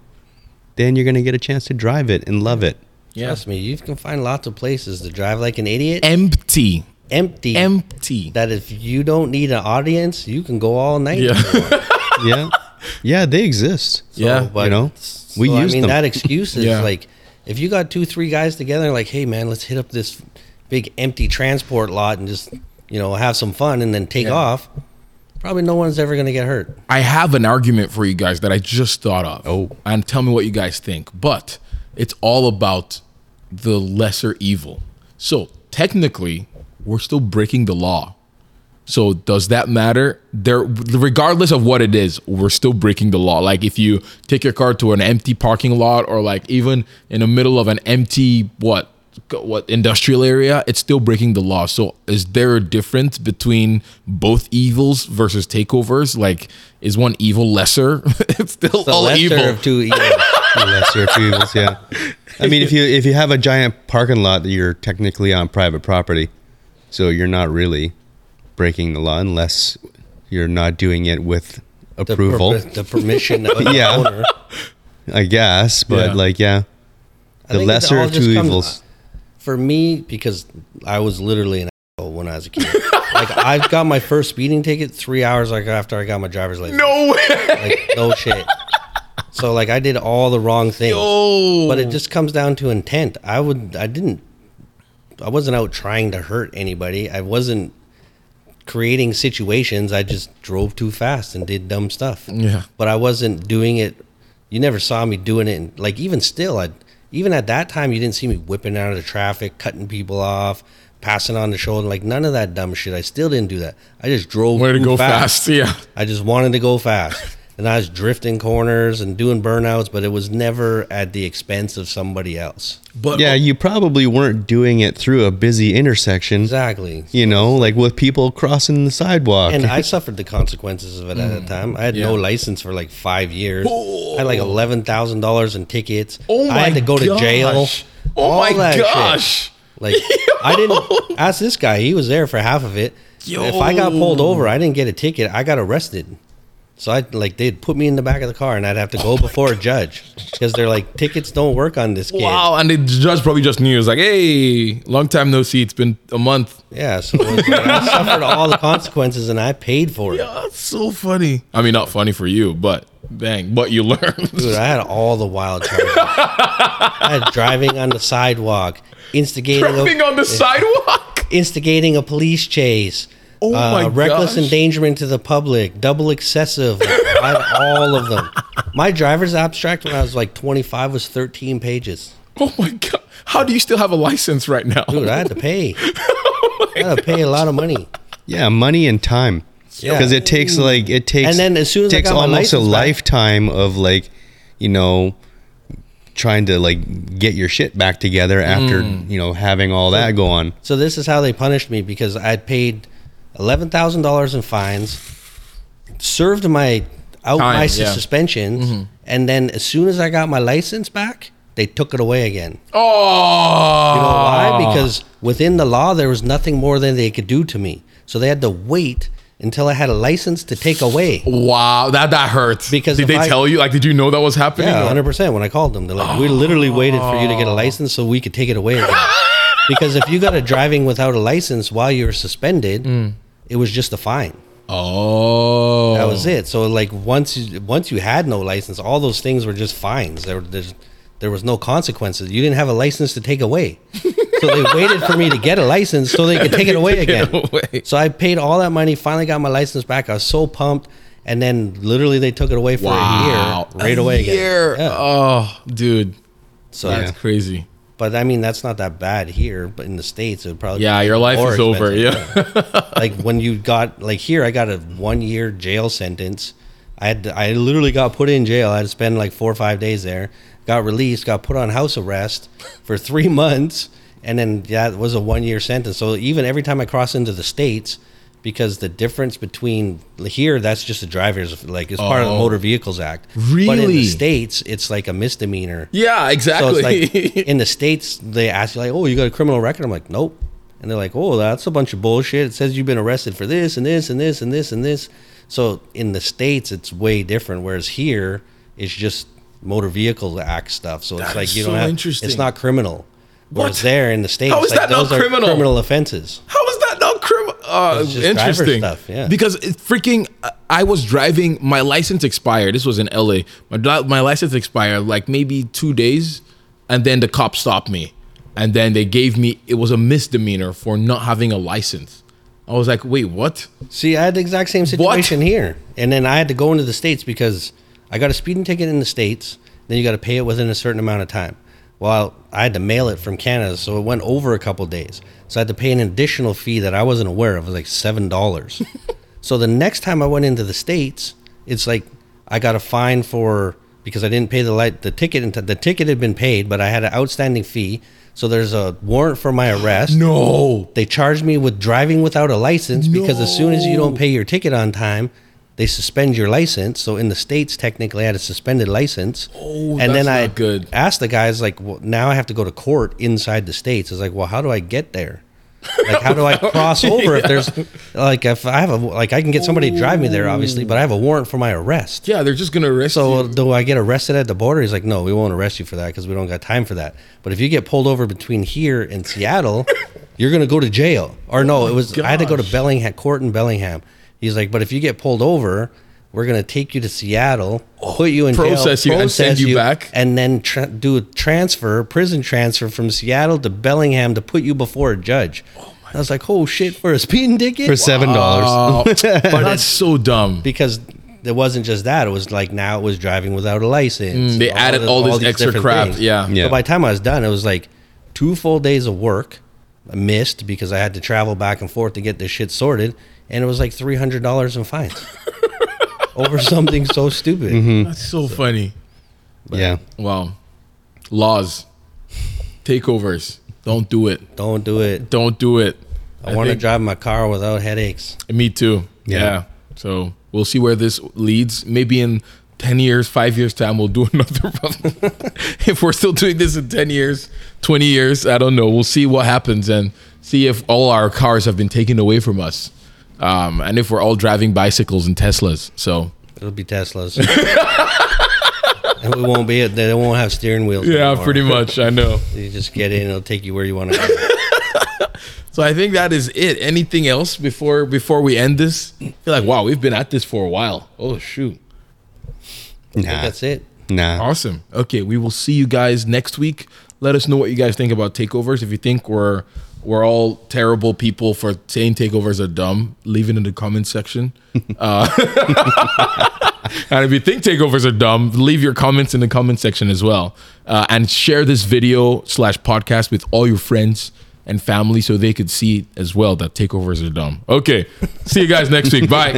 then you're gonna get a chance to drive it and love it.
Trust me, you can find lots of places to drive like an idiot,
Empty.
empty.
Empty.
that if you don't need an audience, you can go all night.
Yeah.
Yeah, yeah, they exist.
yeah.
you know, we
so, I
use
mean,
them.
that excuse is
Yeah.
like, if you got two, three guys together, like, hey man, let's hit up this big empty transport lot and just, you know, have some fun and then take
Yeah.
off. Probably no one's ever gonna get hurt.
I have an argument for you guys that I just thought of. Oh. And tell me what you guys think. But it's all about the lesser evil. So technically, we're still breaking the law. So does that matter? There, regardless of what it is, we're still breaking the law. Like if you take your car to an empty parking lot, or like even in the middle of an empty what what industrial area, it's still breaking the law. So is there a difference between both evils versus takeovers? Like is one evil lesser? it's still
The
all
lesser
evil.
of two e-, evils.
The lesser of two evils, yeah. I mean, if you if you have a giant parking lot, you're technically on private property, so you're not really breaking the law unless you're not doing it with
The,
approval,
per- the permission of the
Yeah.
owner.
I guess. But
Yeah.
like, yeah,
I
the
think it
lesser
all
of
just
two
comes-
evils.
For me, because I was literally an asshole when I was a kid. like I've got my first speeding ticket three hours like after I got my driver's license.
No way.
Like no shit. So like I did all the wrong things.
Oh,
but it just comes down to intent i would i didn't i wasn't out trying to hurt anybody i wasn't creating situations i just drove too fast and did dumb stuff
Yeah.
but i wasn't doing it you never saw me doing it and like even still i even at that time you didn't see me whipping out of the traffic cutting people off passing on the shoulder like none of that dumb shit i still didn't do that i just drove
way to
too
go fast. Yeah.
I just wanted to go fast. And I was drifting corners and doing burnouts, but it was never at the expense of somebody else.
But
Yeah, you probably weren't doing it through a busy intersection.
Exactly.
You know, like with people crossing the sidewalk.
And I suffered the consequences of it at the time. I had no
Mm. Yeah.
license for like five years. I had like eleven thousand dollars in tickets.
Oh my
I had to go to jail.
gosh. Oh my
that shit.
gosh.
Like I didn't ask this guy. He was there for half of it. If I got pulled
Yo.
over, I didn't get a ticket. I got arrested. So I like they'd put me in the back of the car and I'd have to go before a judge because they're like tickets don't work on this kid.
Wow, and the judge probably just knew. It was like, hey, long time no see. It's been a month.
Yeah, so it was like, I suffered all the consequences and I paid for it.
That's so funny. I mean, not funny for you, but dang, but you learned.
Dude, I had all the wild charges. I had driving on the sidewalk, instigating
Tripping
a,
on the sidewalk.
instigating a police chase. uh,
Oh my
Reckless
gosh.
endangerment to the public, double excessive. I had all of them. My driver's abstract when I was like 25 was 13 pages.
Oh my god! How do you still have a license right now?
Dude, I had to pay. I had to pay a lot of money.
Yeah, money and time.
Yeah.
Because it takes like it takes
And then as soon as I
takes
got my
almost a
license back-
lifetime of like, you know, trying to like get your shit back together after,
Mm.
you know, having all that go on.
So this is how they punished me because I'd paid eleven thousand dollars in fines, served my out
Time,
my
yeah. Mm-hmm.
suspensions, and then as soon as I got my license back, they took it away again.
Oh,
You know why? Because within the law, there was nothing more than they could do to me. So they had to wait until I had a license to take away.
Oh, wow, that that hurts.
Because
did
if
they
I-
tell you? Like, did you know that was happening?
Yeah,
Or-
hundred percent. When I called them, they're like, "We literally waited for you to get a license so we could take it away." Again. because if you got a driving without a license while you were suspended, it was just a fine.
Oh,
That was it. So like once you once you had no license, all those things were just fines. There there's, there was no consequences. You didn't have a license to take away. so they waited for me to get a license so they could take it away again.
away.
So I paid all that money, finally got my license back. I was so pumped. And then literally they took it away for
Wow,
a year right
A
away
year.
again. Yeah.
Oh, dude,
so
that's
yeah.
crazy.
but I mean that's not that bad here, but in the States it would probably
Yeah,
be
your life
more
is over.
expensive.
Yeah.
like when you got like here i got a one year jail sentence i had to, i literally got put in jail i had to spend like four or five days there got released got put on house arrest for three months and then that was a one year sentence so even every time i cross into the states because the difference between here that's just a driver's like it's part of the
Oh.
motor vehicles act but in the
Really?
states it's like a misdemeanor
yeah,
so
exactly.
it's like in the states they ask you like, "Oh, you got a criminal record?" I'm like, "Nope." And they're like, "Oh, that's a bunch of bullshit. It says you've been arrested for this and this and this and this and this." So in the states it's way different whereas here it's just motor vehicle act stuff. So it's
That
like
is
you
so
don't have
interesting.
it's not criminal. Whereas
What?
there in the states
How is
like,
that not
those are
criminal?
criminal offenses.
How is that not criminal? Uh,
It's just driver
interesting.
stuff, yeah.
Because it freaking, I- I was driving. My license expired. This was in LA. My dri- my license expired like maybe two days, and then the cop stopped me, and then they gave me. It was a misdemeanor for not having a license. I was like, wait, what?
See, I had the exact same situation here, and then I had to go into the states because I got a speeding ticket in the states. Then you got to pay it within a certain amount of time. Well, I had to mail it from Canada, so it went over a couple days. So I had to pay an additional fee that I wasn't aware of. It was like seven dollars. so the next time I went into the states, it's like I got a fine for because I didn't pay the light the ticket. And the ticket had been paid, but I had an outstanding fee. So there's a warrant for my arrest.
No.
They charged me with driving without a license because as soon as you don't pay your ticket on time, they suspend your license. So in the states, technically, I had a suspended license.
Oh,
and then
that's
I
not good.
asked the guys like, well, now I have to go to court inside the states. It's like, well, how do I get there? Like, how do I cross over if there's like if I have a like I can get somebody to drive me there, obviously, but I have a warrant for my arrest.
Yeah, they're just gonna arrest you.
So do I get arrested at the border? He's like, no, we won't arrest you for that because we don't got time for that. But if you get pulled over between here and Seattle, you're gonna go to jail. Or no, it was I had to go to
Oh gosh.
Bellingham court in Bellingham. He's like, but if you get pulled over, we're gonna take you to Seattle, put you in
Oh, Process you
jail,
and send you back.
and then tra- do a transfer, prison transfer from Seattle to Bellingham to put you before a judge. I was like, oh shit, for a speeding ticket
For seven
uh,
dollars.
Oh, but that's so dumb.
because it wasn't just that. It was like now it was driving without a license.
Mm, they added all this
these
extra
different
crap. Yeah.
Yeah.
So by the time I was done, it was like two full days of work I missed because I had to travel back and forth to get this shit sorted, and it was like three hundred dollars in fines over something so stupid.
Mm-hmm.
That's so funny.
yeah.
Wow. Laws, takeovers. Don't do it.
Don't do it.
Don't do it.
I, want to
think-
drive my car without headaches.
Me too. Yeah.
Yeah.
So we'll see where this leads. Maybe in ten years, five years time, we'll do another. one. if we're still doing this in ten years, twenty years, I don't know. We'll see what happens and see if all our cars have been taken away from us, um, and if we're all driving bicycles and Teslas. So
It'll be Teslas. And we won't be. They won't have steering wheels.
yeah,
anymore.
pretty much. I know.
You just get in. It'll take you where you want to go.
So I think that is it. Anything else before before we end this? I feel like wow, we've been at this for a while. Oh shoot.
Nah.
That's it.
Nah.
Awesome. Okay, we will see you guys next week. Let us know what you guys think about takeovers. If you think we're We're all terrible people for saying takeovers are dumb. Leave it in the comment section. Uh, and if you think takeovers are dumb, leave your comments in the comment section as well. Uh, and share this video slash podcast with all your friends and family so they could see as well that takeovers are dumb. Okay. See you guys next week. Bye.